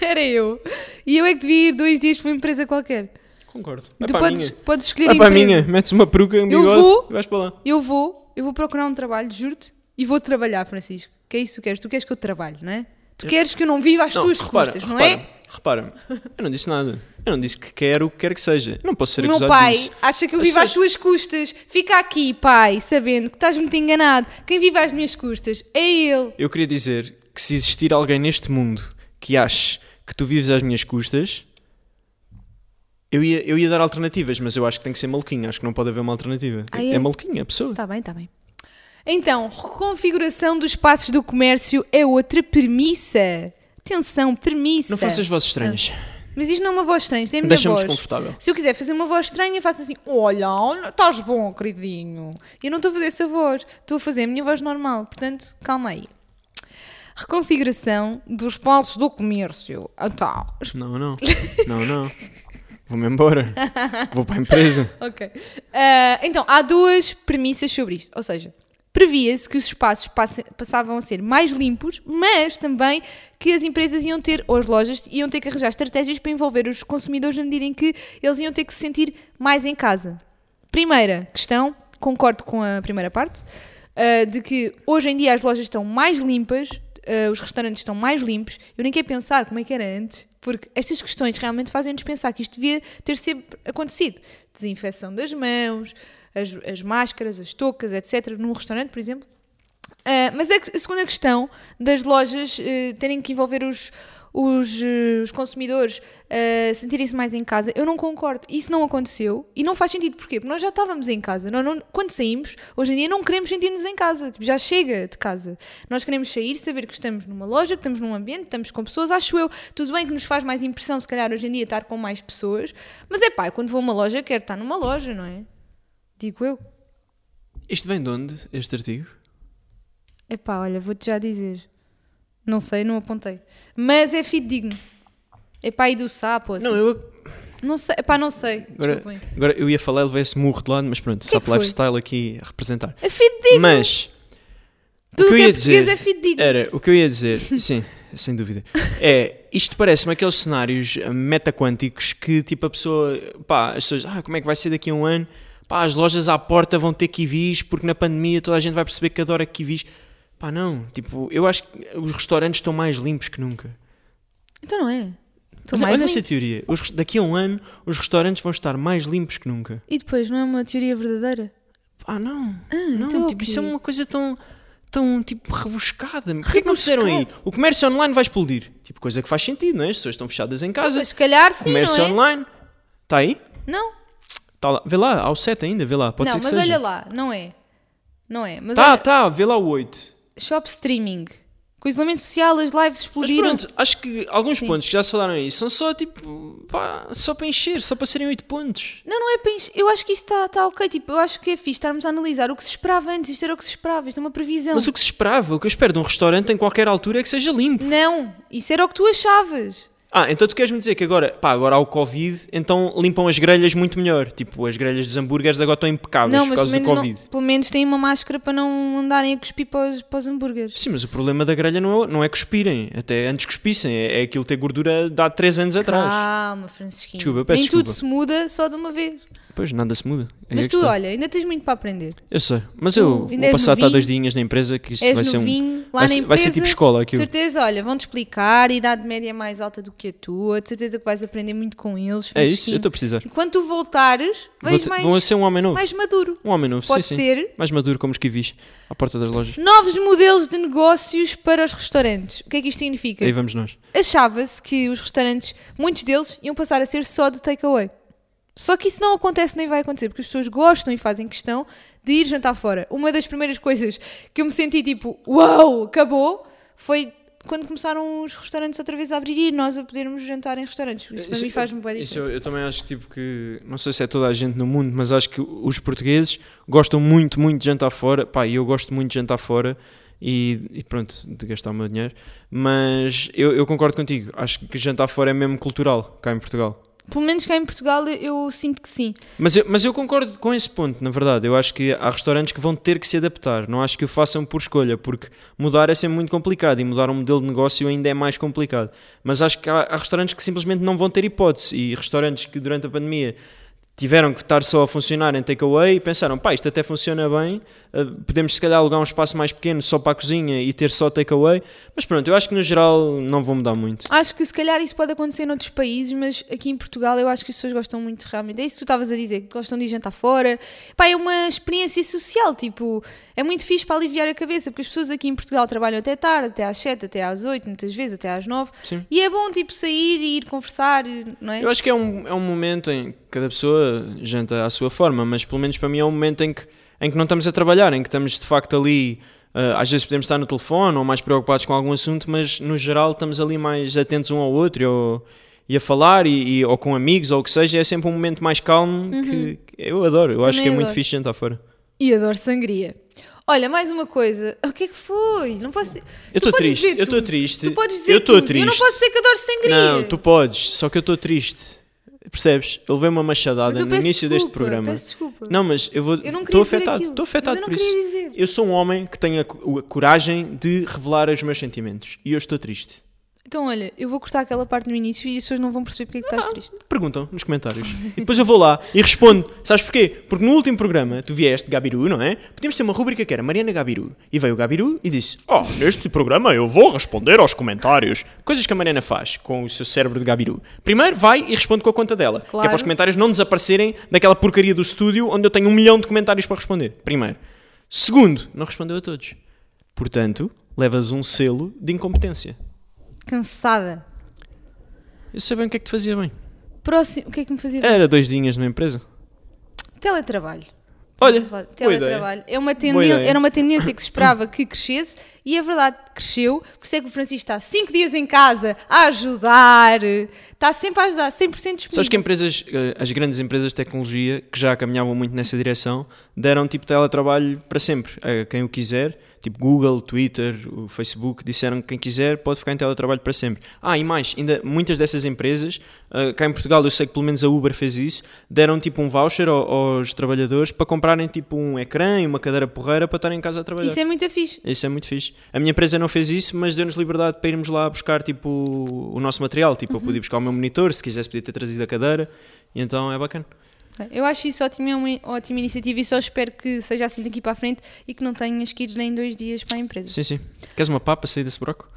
[SPEAKER 3] era eu. E eu é que devia ir dois dias para uma empresa qualquer.
[SPEAKER 1] Concordo.
[SPEAKER 3] tu podes, podes escolher
[SPEAKER 1] Vai
[SPEAKER 3] a
[SPEAKER 1] É para a
[SPEAKER 3] empresa.
[SPEAKER 1] minha, metes uma peruca, um
[SPEAKER 3] Eu
[SPEAKER 1] bigode
[SPEAKER 3] vou.
[SPEAKER 1] e vais para lá.
[SPEAKER 3] Eu vou, eu vou procurar um trabalho, juro-te, e vou trabalhar, Francisco. Que é isso que tu queres? Tu queres que eu trabalhe, não é? Tu queres que eu não viva às tuas custas, não é?
[SPEAKER 1] repara, eu não disse nada. Eu não disse que quero o que quer que seja. Eu não posso ser
[SPEAKER 3] O meu
[SPEAKER 1] acusado
[SPEAKER 3] pai
[SPEAKER 1] disso.
[SPEAKER 3] acha que eu
[SPEAKER 1] As
[SPEAKER 3] vivo às
[SPEAKER 1] pessoas-
[SPEAKER 3] tuas custas. Fica aqui, pai, sabendo que estás muito enganado. Quem vive às minhas custas é ele.
[SPEAKER 1] Eu queria dizer que se existir alguém neste mundo que ache que tu vives às minhas custas, eu ia, eu ia dar alternativas, mas eu acho que tem que ser maluquinha, acho que não pode haver uma alternativa.
[SPEAKER 3] Ah,
[SPEAKER 1] é?
[SPEAKER 3] é?
[SPEAKER 1] maluquinha a pessoa.
[SPEAKER 3] Está bem, está bem. Então, reconfiguração dos espaços do comércio é outra premissa. Atenção, premissa.
[SPEAKER 1] Não faças vozes estranhas.
[SPEAKER 3] Mas isto não é uma voz estranha, isto é a minha
[SPEAKER 1] Deixa-me
[SPEAKER 3] voz.
[SPEAKER 1] desconfortável.
[SPEAKER 3] Se eu quiser fazer uma voz estranha, faço assim: olha, olha, estás bom, queridinho. E eu não estou a fazer essa voz, estou a fazer a minha voz normal. Portanto, calma aí. Reconfiguração dos espaços do comércio. Então,
[SPEAKER 1] Não, não. Não, não. Vou-me embora. Vou para a empresa.
[SPEAKER 3] Ok. Ah, então, há duas premissas sobre isto. Ou seja, previa-se que os espaços passe- passavam a ser mais limpos, mas também que as empresas iam ter, ou as lojas, iam ter que arranjar estratégias para envolver os consumidores na medida em que eles iam ter que se sentir mais em casa. Primeira questão, concordo com a primeira parte, ah, de que hoje em dia as lojas estão mais limpas, ah, os restaurantes estão mais limpos. Eu nem quero pensar como é que era antes, porque estas questões realmente fazem-nos pensar que isto devia ter sempre acontecido. Desinfecção das mãos, as, as máscaras, as toucas, etc. Num restaurante, por exemplo. Ah, mas a, que- a segunda questão das lojas eh, terem que envolver os, os, eh, os consumidores a sentirem-se mais em casa, eu não concordo. Isso não aconteceu e não faz sentido. Porquê? Porque nós já estávamos em casa. Nós não- quando saímos, hoje em dia não queremos sentir-nos em casa. Tipo, já chega de casa. Nós queremos sair, saber que estamos numa loja, que estamos num ambiente, que estamos com pessoas. Acho eu, tudo bem que nos faz mais impressão, se calhar, hoje em dia, estar com mais pessoas. Mas é pá, eu quando vou a uma loja, quero estar numa loja, não é? Digo eu.
[SPEAKER 1] Isto vem de onde, este artigo?
[SPEAKER 3] Epá, olha, vou-te já dizer. Não sei, não apontei. Mas é fidedigno. Epá, e do sapo, assim.
[SPEAKER 1] Não,
[SPEAKER 3] Não,
[SPEAKER 1] eu
[SPEAKER 3] sei, epá, não sei.
[SPEAKER 1] agora,
[SPEAKER 3] Desculpem.
[SPEAKER 1] agora eu ia falar, levei esse murro de lado, mas pronto,
[SPEAKER 3] que
[SPEAKER 1] só
[SPEAKER 3] é que foi?
[SPEAKER 1] lifestyle aqui a representar.
[SPEAKER 3] É fidedigno.
[SPEAKER 1] Mas
[SPEAKER 3] Tudo
[SPEAKER 1] que eu
[SPEAKER 3] que é
[SPEAKER 1] ia
[SPEAKER 3] português
[SPEAKER 1] dizer
[SPEAKER 3] é fidedigno.
[SPEAKER 1] era o que eu ia dizer, sim, sem dúvida. É, isto parece-me aqueles cenários eh, metaquânticos que tipo a pessoa, pá, as pessoas, ah, como é que vai ser daqui a um ano? Pá, as lojas à porta vão ter kiwis porque na pandemia toda a gente vai perceber que adora kiwis. Pá, não, tipo, eu acho que os restaurantes estão mais limpos que nunca.
[SPEAKER 3] Então não é. Estou
[SPEAKER 1] olha
[SPEAKER 3] mais
[SPEAKER 1] olha essa
[SPEAKER 3] limpo.
[SPEAKER 1] teoria. Os res- daqui a um ano, os restaurantes vão estar mais limpos que nunca.
[SPEAKER 3] E depois, não é uma teoria verdadeira?
[SPEAKER 1] Ah, não. não,
[SPEAKER 3] então é o
[SPEAKER 1] tipo, isso é
[SPEAKER 3] quê?
[SPEAKER 1] uma coisa tão, tão tipo, rebuscada. Por que é que não fizeram aí? O comércio online vai explodir. Tipo, coisa que faz sentido, não é? As pessoas estão fechadas em casa.
[SPEAKER 3] Mas se calhar sim,
[SPEAKER 1] comércio
[SPEAKER 3] não é?
[SPEAKER 1] online. Está aí?
[SPEAKER 3] Não.
[SPEAKER 1] Tá lá. Vê lá, há o 7 ainda, vê lá. Pode
[SPEAKER 3] não,
[SPEAKER 1] ser que
[SPEAKER 3] mas
[SPEAKER 1] seja.
[SPEAKER 3] olha lá, não é. Não é. Mas
[SPEAKER 1] Tá,
[SPEAKER 3] olha,
[SPEAKER 1] tá, vê lá o 8.
[SPEAKER 3] shop streaming. Com o isolamento social, as lives
[SPEAKER 1] Mas
[SPEAKER 3] explodiram.
[SPEAKER 1] pronto, acho que alguns pontos que já se falaram aí são só tipo, pá, só para encher, só para serem 8 pontos.
[SPEAKER 3] Não, não é para encher. Eu acho que isto está tá ok. Tipo, eu acho que é fixe estarmos a analisar o que se esperava antes. Isto era o que se esperava. Isto é uma previsão.
[SPEAKER 1] Mas o que se esperava, o que eu espero de um restaurante em qualquer altura é que seja limpo.
[SPEAKER 3] Não, isso era o que tu achavas.
[SPEAKER 1] Ah, então tu queres-me dizer que agora, pá, agora há o Covid, então limpam as grelhas muito melhor. Tipo, as grelhas dos hambúrgueres agora estão impecáveis
[SPEAKER 3] não,
[SPEAKER 1] Ah,
[SPEAKER 3] mas
[SPEAKER 1] por
[SPEAKER 3] pelo
[SPEAKER 1] causa do
[SPEAKER 3] menos,
[SPEAKER 1] Covid.
[SPEAKER 3] não, pelo menos têm uma máscara para não andarem a cuspir para os, para os hambúrgueres.
[SPEAKER 1] Sim, mas o problema da grelha não é, não é cuspirem. Até antes cuspissem. É, é aquilo ter gordura de há 3 anos atrás.
[SPEAKER 3] Calma, Francisquinho.
[SPEAKER 1] Desculpa, eu peço
[SPEAKER 3] Nem tudo
[SPEAKER 1] desculpa.
[SPEAKER 3] se muda só de uma vez.
[SPEAKER 1] Pois, nada se muda. É
[SPEAKER 3] mas
[SPEAKER 1] a
[SPEAKER 3] tu,
[SPEAKER 1] questão.
[SPEAKER 3] olha, ainda tens muito para aprender.
[SPEAKER 1] Eu sei. Mas
[SPEAKER 3] tu
[SPEAKER 1] eu
[SPEAKER 3] ainda
[SPEAKER 1] vou
[SPEAKER 3] és
[SPEAKER 1] passar até
[SPEAKER 3] novinho,
[SPEAKER 1] dois dinhas na empresa que isto
[SPEAKER 3] És
[SPEAKER 1] vai ser um...
[SPEAKER 3] novinho, lá
[SPEAKER 1] vai
[SPEAKER 3] na
[SPEAKER 1] ser-
[SPEAKER 3] empresa.
[SPEAKER 1] vai ser tipo escola aquilo.
[SPEAKER 3] De certeza, olha, vão-te explicar, idade média é mais alta do que a tua, de certeza que vais aprender muito com eles.
[SPEAKER 1] É isso?
[SPEAKER 3] Francisquinho.
[SPEAKER 1] Eu estou a precisar.
[SPEAKER 3] E quando tu voltares,
[SPEAKER 1] Vou,
[SPEAKER 3] vais
[SPEAKER 1] te-
[SPEAKER 3] mais,
[SPEAKER 1] Vão a ser um homem novo.
[SPEAKER 3] mais maduro.
[SPEAKER 1] Um homem novo,
[SPEAKER 3] Pode
[SPEAKER 1] sim,
[SPEAKER 3] ser.
[SPEAKER 1] sim. Mais maduro como os kiwis. À porta das lojas.
[SPEAKER 3] Novos modelos de negócios para os restaurantes. O que é que isto significa?
[SPEAKER 1] Aí vamos nós.
[SPEAKER 3] achava-se que os restaurantes, muitos deles, iam passar a ser só de takeaway. Só que isso não acontece nem vai acontecer, porque as pessoas gostam e fazem questão de ir jantar fora. Uma das primeiras coisas que eu me senti tipo, uau, acabou, foi quando começaram os restaurantes outra vez a abrir e nós a podermos jantar em restaurantes. Isso para mim faz-me boa
[SPEAKER 1] Eh, isso
[SPEAKER 3] diferença.
[SPEAKER 1] eu, eu também acho que, tipo, que, não sei se é toda a gente no mundo, mas acho que os portugueses gostam muito, muito de jantar fora. Pá, e eu gosto muito de jantar fora e, e pronto, de gastar o meu dinheiro. Mas eu, eu concordo contigo, acho que jantar fora é mesmo cultural cá em Portugal.
[SPEAKER 3] Pelo menos cá em Portugal eu, eu sinto que sim.
[SPEAKER 1] Mas eu, mas eu concordo com esse ponto, na verdade. Eu acho que há restaurantes que vão ter que se adaptar. Não acho que o façam por escolha, porque mudar é sempre muito complicado e mudar um modelo de negócio ainda é mais complicado. Mas acho que há, há restaurantes que simplesmente não vão ter hipótese e restaurantes que durante a pandemia tiveram que estar só a funcionar em takeaway e pensaram, pá, isto até funciona bem, eh, podemos se calhar alugar um espaço mais pequeno só para a cozinha e ter só takeaway, mas pronto, eu acho que no geral não vou mudar muito.
[SPEAKER 3] Acho que se calhar isso pode acontecer noutros países, mas aqui em Portugal eu acho que as pessoas gostam muito realmente. É isso que tu estavas a dizer, que gostam de ir jantar fora. Pá, é uma experiência social, tipo, é muito fixe para aliviar a cabeça, porque as pessoas aqui em Portugal trabalham até tarde, até às 7, até às 8, muitas vezes até às 9.
[SPEAKER 1] Sim.
[SPEAKER 3] E é bom, tipo, sair e ir conversar, não é?
[SPEAKER 1] Eu acho que é um, é um momento em que cada pessoa janta à sua forma, mas pelo menos para mim é um momento em que, em que não estamos a trabalhar, em que estamos de facto ali. eh, às vezes podemos estar no telefone ou mais preocupados com algum assunto, mas no geral estamos ali mais atentos um ao outro e, ao- e a falar, e, e- ou com amigos, ou o que seja. É sempre um momento mais calmo que, que eu adoro. Eu acho
[SPEAKER 3] Uhum. Também
[SPEAKER 1] que é muito
[SPEAKER 3] adoro.
[SPEAKER 1] fixe jantar fora.
[SPEAKER 3] E adoro sangria. Olha, mais uma coisa. O que é que foi? Não posso.
[SPEAKER 1] Eu
[SPEAKER 3] Tu
[SPEAKER 1] estou
[SPEAKER 3] podes
[SPEAKER 1] triste,
[SPEAKER 3] dizer
[SPEAKER 1] eu estou
[SPEAKER 3] tudo.
[SPEAKER 1] triste.
[SPEAKER 3] Tu podes dizer
[SPEAKER 1] eu estou
[SPEAKER 3] tudo. Eu não
[SPEAKER 1] triste.
[SPEAKER 3] posso dizer que adoro sangria.
[SPEAKER 1] Não, tu podes, só que eu estou triste. Percebes? Eu levei uma
[SPEAKER 3] Mas
[SPEAKER 1] machadada
[SPEAKER 3] eu
[SPEAKER 1] no
[SPEAKER 3] peço
[SPEAKER 1] início deste
[SPEAKER 3] desculpa,
[SPEAKER 1] programa.
[SPEAKER 3] peço desculpa.
[SPEAKER 1] Não, mas eu vou.
[SPEAKER 3] Eu não
[SPEAKER 1] Estou
[SPEAKER 3] queria dizer
[SPEAKER 1] afetado,
[SPEAKER 3] aquilo,
[SPEAKER 1] estou
[SPEAKER 3] mas
[SPEAKER 1] afetado
[SPEAKER 3] eu não
[SPEAKER 1] por
[SPEAKER 3] queria
[SPEAKER 1] isso.
[SPEAKER 3] dizer.
[SPEAKER 1] Eu sou um homem que tem a, cu- a coragem de revelar os meus sentimentos. E eu estou triste.
[SPEAKER 3] Então, olha, eu vou cortar aquela parte no início e as pessoas não vão perceber porque é que estás triste.
[SPEAKER 1] Perguntam nos comentários. E depois eu vou lá e respondo. Sabes porquê? Porque no último programa tu vieste Gabiru, não é? Podíamos ter uma rubrica que era Mariana Gabiru. E veio o Gabiru e disse: Oh, neste programa eu vou responder aos comentários. Coisas que a Mariana faz com o seu cérebro de Gabiru. Primeiro vai e responde com a conta dela. Que é para os
[SPEAKER 3] Claro.
[SPEAKER 1] comentários não desaparecerem daquela porcaria do estúdio onde eu tenho um milhão de comentários para responder. Primeiro. Segundo, não respondeu a todos. Portanto, levas um selo de incompetência.
[SPEAKER 3] Cansada.
[SPEAKER 1] Eu sei bem o que é que te fazia bem.
[SPEAKER 3] Próximo. O que é que me fazia?
[SPEAKER 1] Era dois dinhas numa empresa.
[SPEAKER 3] Teletrabalho.
[SPEAKER 1] É. Olha, boa ideia.
[SPEAKER 3] teletrabalho. É uma tenden-
[SPEAKER 1] Boa ideia.
[SPEAKER 3] Era uma tendência que se esperava que crescesse e é verdade que cresceu. Por isso é que o Francisco está 5 dias em casa a ajudar. Está sempre a ajudar, 100% disponível.
[SPEAKER 1] Sabes que empresas, eh, as grandes empresas de tecnologia que já caminhavam muito nessa direção, deram tipo teletrabalho para sempre a quem o quiser, tipo Google, Twitter, o Facebook, disseram que quem quiser pode ficar em teletrabalho para sempre. Ah, e mais, ainda muitas dessas empresas, eh, cá em Portugal eu sei que pelo menos a Uber fez isso, deram tipo um voucher ao- aos trabalhadores para comprarem tipo um ecrã e uma cadeira porreira para estarem em casa a trabalhar.
[SPEAKER 3] Isso é muito fixe.
[SPEAKER 1] Isso é muito fixe. A minha empresa não fez isso, mas deu-nos liberdade para irmos lá buscar tipo, o nosso material. Tipo, eu podia buscar o meu monitor, se quisesse podia ter trazido a cadeira. E então é bacana.
[SPEAKER 3] Eu acho isso ótimo, é uma ótima iniciativa e só espero que seja assim daqui para a frente e que não tenhas que ir nem dois dias para a empresa.
[SPEAKER 1] Sim, sim. Queres uma papa sair desse broco?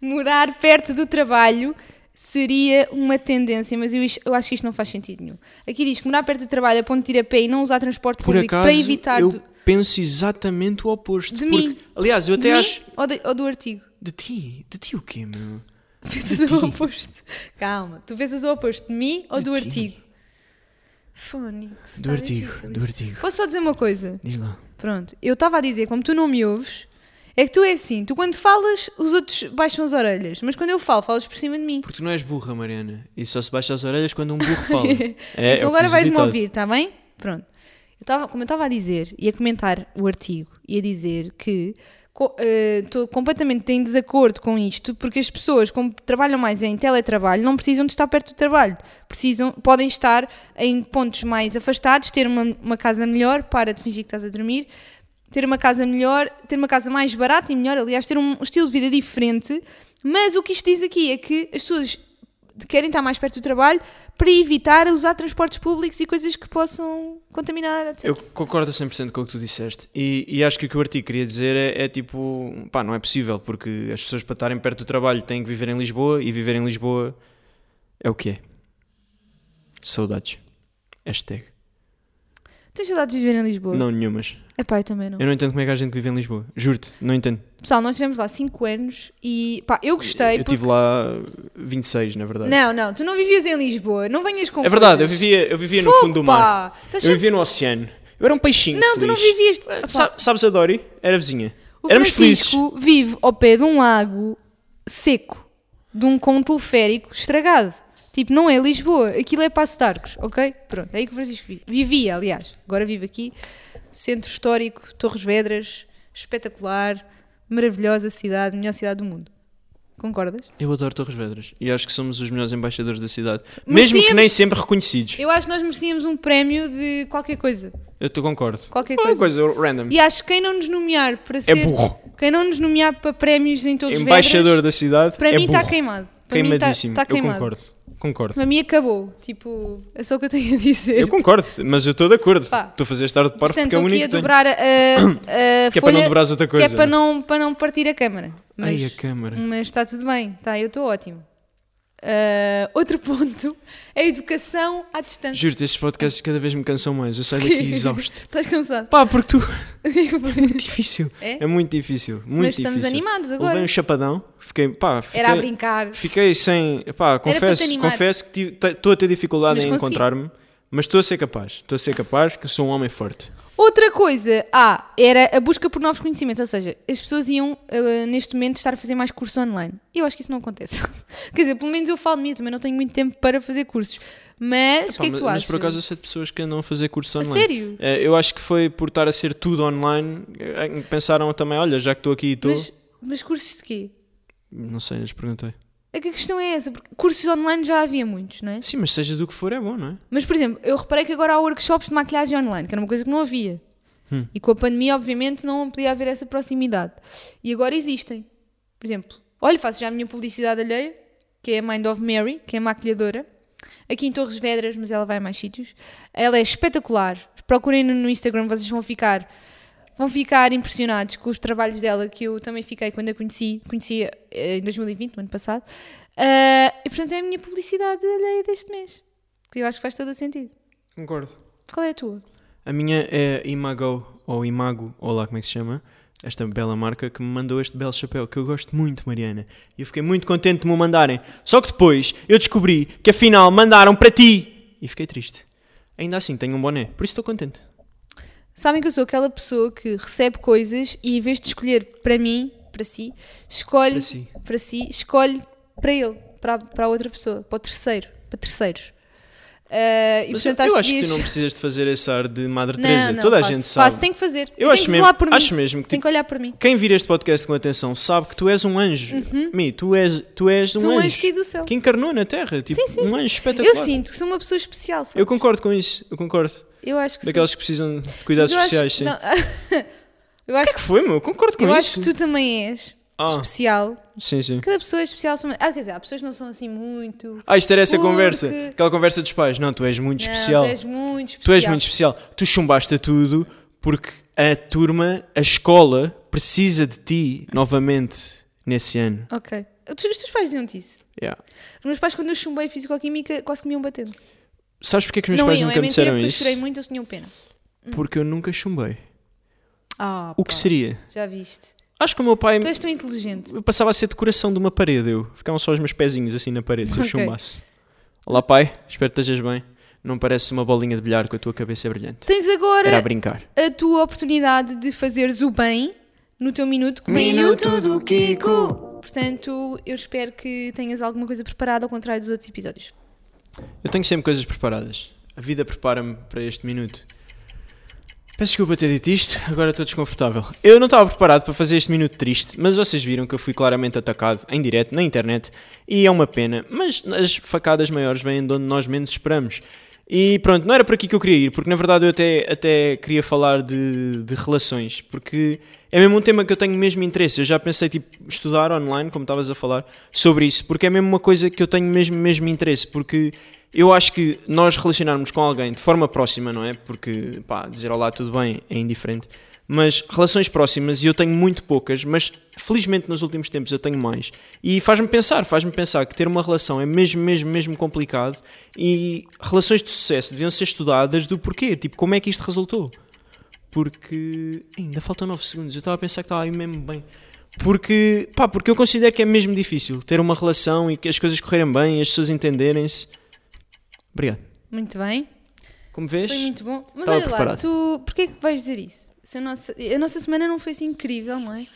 [SPEAKER 3] Morar perto do trabalho seria uma tendência, mas eu, is- eu acho que isto não faz sentido nenhum. Aqui diz que morar perto do trabalho a ponto de ir a pé e não usar transporte
[SPEAKER 1] Por
[SPEAKER 3] público
[SPEAKER 1] acaso,
[SPEAKER 3] para evitar
[SPEAKER 1] eu
[SPEAKER 3] do,
[SPEAKER 1] penso exatamente o oposto.
[SPEAKER 3] De
[SPEAKER 1] porque,
[SPEAKER 3] mim.
[SPEAKER 1] Aliás, eu até
[SPEAKER 3] de mim
[SPEAKER 1] acho...
[SPEAKER 3] ou, de- ou do artigo.
[SPEAKER 1] De ti? De ti o quê, meu?
[SPEAKER 3] Pensas o oposto. Calma, tu pensas o oposto de mim ou
[SPEAKER 1] De
[SPEAKER 3] do
[SPEAKER 1] ti.
[SPEAKER 3] artigo? Fónix.
[SPEAKER 1] Do
[SPEAKER 3] tá
[SPEAKER 1] artigo,
[SPEAKER 3] difícil
[SPEAKER 1] do
[SPEAKER 3] isto.
[SPEAKER 1] artigo.
[SPEAKER 3] Posso só dizer uma coisa?
[SPEAKER 1] Diz lá.
[SPEAKER 3] Pronto, eu estava a dizer, como tu não me ouves, é que tu é assim, tu quando falas, os outros baixam as orelhas, mas quando eu falo, falas por cima de mim.
[SPEAKER 1] Porque tu não és burra, Mariana. E só se baixa as orelhas quando um burro fala. É, é
[SPEAKER 3] então
[SPEAKER 1] o que
[SPEAKER 3] agora
[SPEAKER 1] diz o
[SPEAKER 3] vais-me
[SPEAKER 1] ditado.
[SPEAKER 3] ouvir, está bem? Pronto. Eu tava, como eu estava a dizer, e a comentar o artigo, e a dizer que estou completamente em desacordo com isto, porque as pessoas, como trabalham mais em teletrabalho, não precisam de estar perto do trabalho. Precisam, podem estar em pontos mais afastados, ter uma, uma casa melhor, para de fingir que estás a dormir, ter uma casa melhor, ter uma casa mais barata e melhor, aliás, ter um estilo de vida diferente. Mas o que isto diz aqui é que as pessoas de querem estar mais perto do trabalho para evitar usar transportes públicos e coisas que possam contaminar, etc.
[SPEAKER 1] Eu concordo a 100% com o que tu disseste e, e acho que o que o artigo queria dizer é, é tipo, pá, não é possível porque as pessoas para estarem perto do trabalho têm que viver em Lisboa e viver em Lisboa é o que é. Saudades. Hashtag.
[SPEAKER 3] Tens saudades de viver em Lisboa?
[SPEAKER 1] Não nenhumas.
[SPEAKER 3] Epá, eu também não.
[SPEAKER 1] Eu não entendo como é que há gente que vive em Lisboa. Juro-te, não entendo.
[SPEAKER 3] Pessoal, nós estivemos lá 5 anos e pá, eu gostei.
[SPEAKER 1] eu
[SPEAKER 3] porque-
[SPEAKER 1] estive lá 26, na verdade.
[SPEAKER 3] Não, não, tu não vivias em Lisboa, não venhas com
[SPEAKER 1] é verdade, eu
[SPEAKER 3] coisas.
[SPEAKER 1] vivia, eu vivia no
[SPEAKER 3] Fogo,
[SPEAKER 1] fundo do mar.
[SPEAKER 3] pá! Estás
[SPEAKER 1] Eu
[SPEAKER 3] a-
[SPEAKER 1] vivia Eh, no oceano. Eu era um peixinho
[SPEAKER 3] Não, tu não
[SPEAKER 1] feliz.
[SPEAKER 3] vivias.
[SPEAKER 1] Sa-
[SPEAKER 3] Epá,
[SPEAKER 1] sabes a Dori? Era vizinha.
[SPEAKER 3] o
[SPEAKER 1] Éramos felizes.
[SPEAKER 3] Francisco vive ao pé de um lago seco, de um com um teleférico estragado. Tipo, não é Lisboa, aquilo é Passo de Arcos, ok? Pronto, é aí que o Francisco vive. Vivia, aliás, agora vive aqui. Centro histórico, Torres Vedras, espetacular, maravilhosa cidade, melhor cidade do mundo. Concordas?
[SPEAKER 1] Eu adoro Torres Vedras e acho que somos os melhores embaixadores da cidade,
[SPEAKER 3] Mas
[SPEAKER 1] mesmo que
[SPEAKER 3] sim-
[SPEAKER 1] nem sempre reconhecidos.
[SPEAKER 3] Eu acho que nós merecíamos um prémio de qualquer coisa.
[SPEAKER 1] Eu te concordo.
[SPEAKER 3] Qualquer
[SPEAKER 1] Qualquer
[SPEAKER 3] coisa.
[SPEAKER 1] coisa random.
[SPEAKER 3] E acho que quem não nos nomear para ser.
[SPEAKER 1] É burro.
[SPEAKER 3] Quem não nos nomear para prémios em todos os
[SPEAKER 1] Embaixador da cidade
[SPEAKER 3] Para
[SPEAKER 1] é
[SPEAKER 3] mim está
[SPEAKER 1] burro.
[SPEAKER 3] queimado. Para mim tá-
[SPEAKER 1] Queimadíssimo.
[SPEAKER 3] tá
[SPEAKER 1] Eu
[SPEAKER 3] queimado.
[SPEAKER 1] concordo. Concordo.
[SPEAKER 3] Para mim acabou. Tipo, é só o que eu tenho a dizer.
[SPEAKER 1] Eu concordo, mas eu estou de acordo.
[SPEAKER 3] Pá.
[SPEAKER 1] Tu fazias tarde de parvo
[SPEAKER 3] Portanto,
[SPEAKER 1] porque é o
[SPEAKER 3] estou aqui
[SPEAKER 1] único
[SPEAKER 3] a
[SPEAKER 1] que tenho.
[SPEAKER 3] dobrar a, a- a
[SPEAKER 1] Que é para
[SPEAKER 3] folha,
[SPEAKER 1] não dobrares outra coisa.
[SPEAKER 3] Que é para não, para não partir a câmara. Mas,
[SPEAKER 1] Ai, a câmara.
[SPEAKER 3] mas está tudo bem, tá, eu estou ótimo. Ah, outro ponto é a educação à distância.
[SPEAKER 1] Juro-te, estes podcasts cada vez me cansam mais. Eu saio daqui exausto.
[SPEAKER 3] Estás cansado?
[SPEAKER 1] Pá, porque tu. difícil.
[SPEAKER 3] É?
[SPEAKER 1] É muito difícil. Muito
[SPEAKER 3] mas estamos
[SPEAKER 1] difícil.
[SPEAKER 3] animados agora.
[SPEAKER 1] Levei um chapadão, fiquei, pá, fiquei,
[SPEAKER 3] Era a brincar.
[SPEAKER 1] fiquei sem,
[SPEAKER 3] para
[SPEAKER 1] pá,
[SPEAKER 3] te
[SPEAKER 1] confesso,
[SPEAKER 3] animar.
[SPEAKER 1] confesso que estou a ter dificuldade
[SPEAKER 3] Mas
[SPEAKER 1] em
[SPEAKER 3] consegui.
[SPEAKER 1] encontrar-me, mas estou a ser capaz, estou a ser capaz, que sou um homem forte.
[SPEAKER 3] Outra coisa, ah, era a busca por novos conhecimentos, ou seja, as pessoas iam ah, neste momento estar a fazer mais cursos online. Eu acho que isso não acontece. Quer dizer, pelo menos eu falo de mim, eu também não tenho muito tempo para fazer cursos. Mas o
[SPEAKER 1] Pá,
[SPEAKER 3] que é que
[SPEAKER 1] mas,
[SPEAKER 3] tu
[SPEAKER 1] mas
[SPEAKER 3] achas?
[SPEAKER 1] por acaso eu sei de pessoas que andam a fazer curso
[SPEAKER 3] A
[SPEAKER 1] online.
[SPEAKER 3] sério?
[SPEAKER 1] Eh, Eu acho que foi por estar a ser tudo online, eh, pensaram também, olha, já que estou aqui e estou,
[SPEAKER 3] mas, mas cursos de quê?
[SPEAKER 1] não sei, lhes perguntei.
[SPEAKER 3] É que a questão é essa, porque cursos online já havia muitos, não é?
[SPEAKER 1] Sim, mas seja do que for é bom, não é?
[SPEAKER 3] Mas, por exemplo, eu reparei que agora há workshops de maquilhagem online, que era uma coisa que não havia. E com a pandemia, obviamente, não podia haver essa proximidade. E agora existem. Por exemplo, olha, faço já a minha publicidade alheia, que é a Mind of Mary, que é maquilhadora, aqui em Torres Vedras, mas ela vai a mais sítios. Ela é espetacular. Procurem no Instagram, vocês vão ficar vão ficar impressionados com os trabalhos dela, que eu também fiquei quando a conheci, conheci eh, em 2020, no ano passado. Ah, e portanto é a minha publicidade alheia deste mês, que eu acho que faz todo o sentido.
[SPEAKER 1] Concordo.
[SPEAKER 3] Qual é a tua?
[SPEAKER 1] A minha é Imago, ou Imago, ou lá como é que se chama, esta bela marca que me mandou este belo chapéu, que eu gosto muito, Mariana. E eu fiquei muito contente de me o mandarem. Só que depois eu descobri que afinal mandaram para ti. E fiquei triste. Ainda assim tenho um boné, por isso estou contente.
[SPEAKER 3] Sabem que eu sou aquela pessoa que recebe coisas e em vez de escolher para mim, para si, escolhe
[SPEAKER 1] Para
[SPEAKER 3] para
[SPEAKER 1] si.
[SPEAKER 3] si, escolhe para ele, para, para a outra pessoa, para o terceiro, para terceiros. Ah, e
[SPEAKER 1] Mas eu,
[SPEAKER 3] portanto
[SPEAKER 1] eu
[SPEAKER 3] que
[SPEAKER 1] acho que tu
[SPEAKER 3] devias-
[SPEAKER 1] não precisas de fazer esse ar de Madre
[SPEAKER 3] Não,
[SPEAKER 1] Teresa.
[SPEAKER 3] não,
[SPEAKER 1] Toda
[SPEAKER 3] faço,
[SPEAKER 1] a gente sabe.
[SPEAKER 3] Faço, tem que fazer.
[SPEAKER 1] Eu
[SPEAKER 3] tenho
[SPEAKER 1] acho
[SPEAKER 3] que
[SPEAKER 1] mesmo-
[SPEAKER 3] zelar por mim.
[SPEAKER 1] acho mesmo que,
[SPEAKER 3] Tem
[SPEAKER 1] tipo,
[SPEAKER 3] que olhar por mim.
[SPEAKER 1] Quem vir este podcast com atenção sabe que tu és um anjo. Mi, tu és, tu és um,
[SPEAKER 3] Uhum. Sou um
[SPEAKER 1] anjo.
[SPEAKER 3] anjo caído do céu.
[SPEAKER 1] Que encarnou na Terra. Tipo,
[SPEAKER 3] Sim, sim,
[SPEAKER 1] um
[SPEAKER 3] sim.
[SPEAKER 1] anjo espetacular.
[SPEAKER 3] Eu sinto que sou uma pessoa especial. sabe?
[SPEAKER 1] Eu concordo com isso, eu concordo.
[SPEAKER 3] Eu acho que
[SPEAKER 1] Daquelas que precisam de
[SPEAKER 3] Mas
[SPEAKER 1] cuidados
[SPEAKER 3] eu acho-
[SPEAKER 1] especiais, sim.
[SPEAKER 3] não, eu acho,
[SPEAKER 1] que foi, meu? Eu Concordo com
[SPEAKER 3] eu acho
[SPEAKER 1] isso.
[SPEAKER 3] que tu também és
[SPEAKER 1] Ah.
[SPEAKER 3] especial.
[SPEAKER 1] Sim, sim.
[SPEAKER 3] Cada pessoa é especial. são- Ah, quer dizer, há pessoas que não são assim muito.
[SPEAKER 1] Ah, isto era essa
[SPEAKER 3] Porque-
[SPEAKER 1] conversa. Aquela conversa dos pais. Não, tu és muito
[SPEAKER 3] Não,
[SPEAKER 1] especial.
[SPEAKER 3] tu és muito especial.
[SPEAKER 1] Tu és muito especial. Tu chumbaste a tudo porque a turma, a escola, precisa de ti novamente nesse ano.
[SPEAKER 3] Ok. Os os teus pais diziam-te isso.
[SPEAKER 1] Yeah.
[SPEAKER 3] Os meus pais, quando eu chumbei fisicoquímica, quase que me iam batendo.
[SPEAKER 1] Sabes porque é que os meus
[SPEAKER 3] não
[SPEAKER 1] pais
[SPEAKER 3] iam,
[SPEAKER 1] nunca
[SPEAKER 3] é
[SPEAKER 1] me
[SPEAKER 3] mentira,
[SPEAKER 1] disseram
[SPEAKER 3] porque eu
[SPEAKER 1] isso?
[SPEAKER 3] chorei muito, eles tinham pena.
[SPEAKER 1] Porque eu nunca chumbei.
[SPEAKER 3] Ah,
[SPEAKER 1] O que
[SPEAKER 3] pá,
[SPEAKER 1] seria?
[SPEAKER 3] Já viste.
[SPEAKER 1] Acho que o meu pai.
[SPEAKER 3] Tu és tão inteligente.
[SPEAKER 1] Eu passava a ser decoração de uma parede, eu. Ficavam só os meus pezinhos assim na parede, se eu
[SPEAKER 3] Ok.
[SPEAKER 1] chumbasse. Olá, pai, espero que estejas bem. Não parece uma bolinha de bilhar com a tua cabeça é brilhante.
[SPEAKER 3] Tens agora
[SPEAKER 1] Era a brincar.
[SPEAKER 3] a tua oportunidade de fazeres o bem no teu minuto que vem aí.
[SPEAKER 2] do Kiko.
[SPEAKER 3] Portanto, eu espero que tenhas alguma coisa preparada ao contrário dos outros episódios.
[SPEAKER 1] Eu tenho sempre coisas preparadas. A vida prepara-me para este minuto. Peço desculpa ter dito isto, agora estou desconfortável. Eu não estava preparado para fazer este minuto triste, mas vocês viram que eu fui claramente atacado em direto na internet e é uma pena, mas as facadas maiores vêm de onde nós menos esperamos. E pronto, não era por aqui que eu queria ir, porque na verdade eu até, até queria falar de, de relações, porque é mesmo um tema que eu tenho mesmo interesse. Eu já pensei, tipo, estudar online, como estavas a falar, sobre isso, porque é mesmo uma coisa que eu tenho mesmo, mesmo interesse, porque eu acho que nós relacionarmos com alguém de forma próxima, não é? Porque, pá, dizer olá, tudo bem, é indiferente. Mas relações próximas, e eu tenho muito poucas, mas felizmente nos últimos tempos eu tenho mais. E faz-me pensar, faz-me pensar que ter uma relação é mesmo, mesmo, mesmo complicado e relações de sucesso deviam ser estudadas do porquê, tipo, como é que isto resultou? porque Ei, ainda faltam 9 segundos. Eu estava a pensar que estava aí mesmo bem. Porque, pá, porque eu considero que é mesmo difícil ter uma relação e que as coisas correrem bem e as pessoas entenderem-se. Obrigado.
[SPEAKER 3] Muito bem.
[SPEAKER 1] Como vês?
[SPEAKER 3] Foi muito bom. Mas
[SPEAKER 1] Estava
[SPEAKER 3] olha lá,
[SPEAKER 1] preparado.
[SPEAKER 3] tu porquê é que vais dizer isso? Se a, nossa, a nossa semana não foi assim incrível, não é?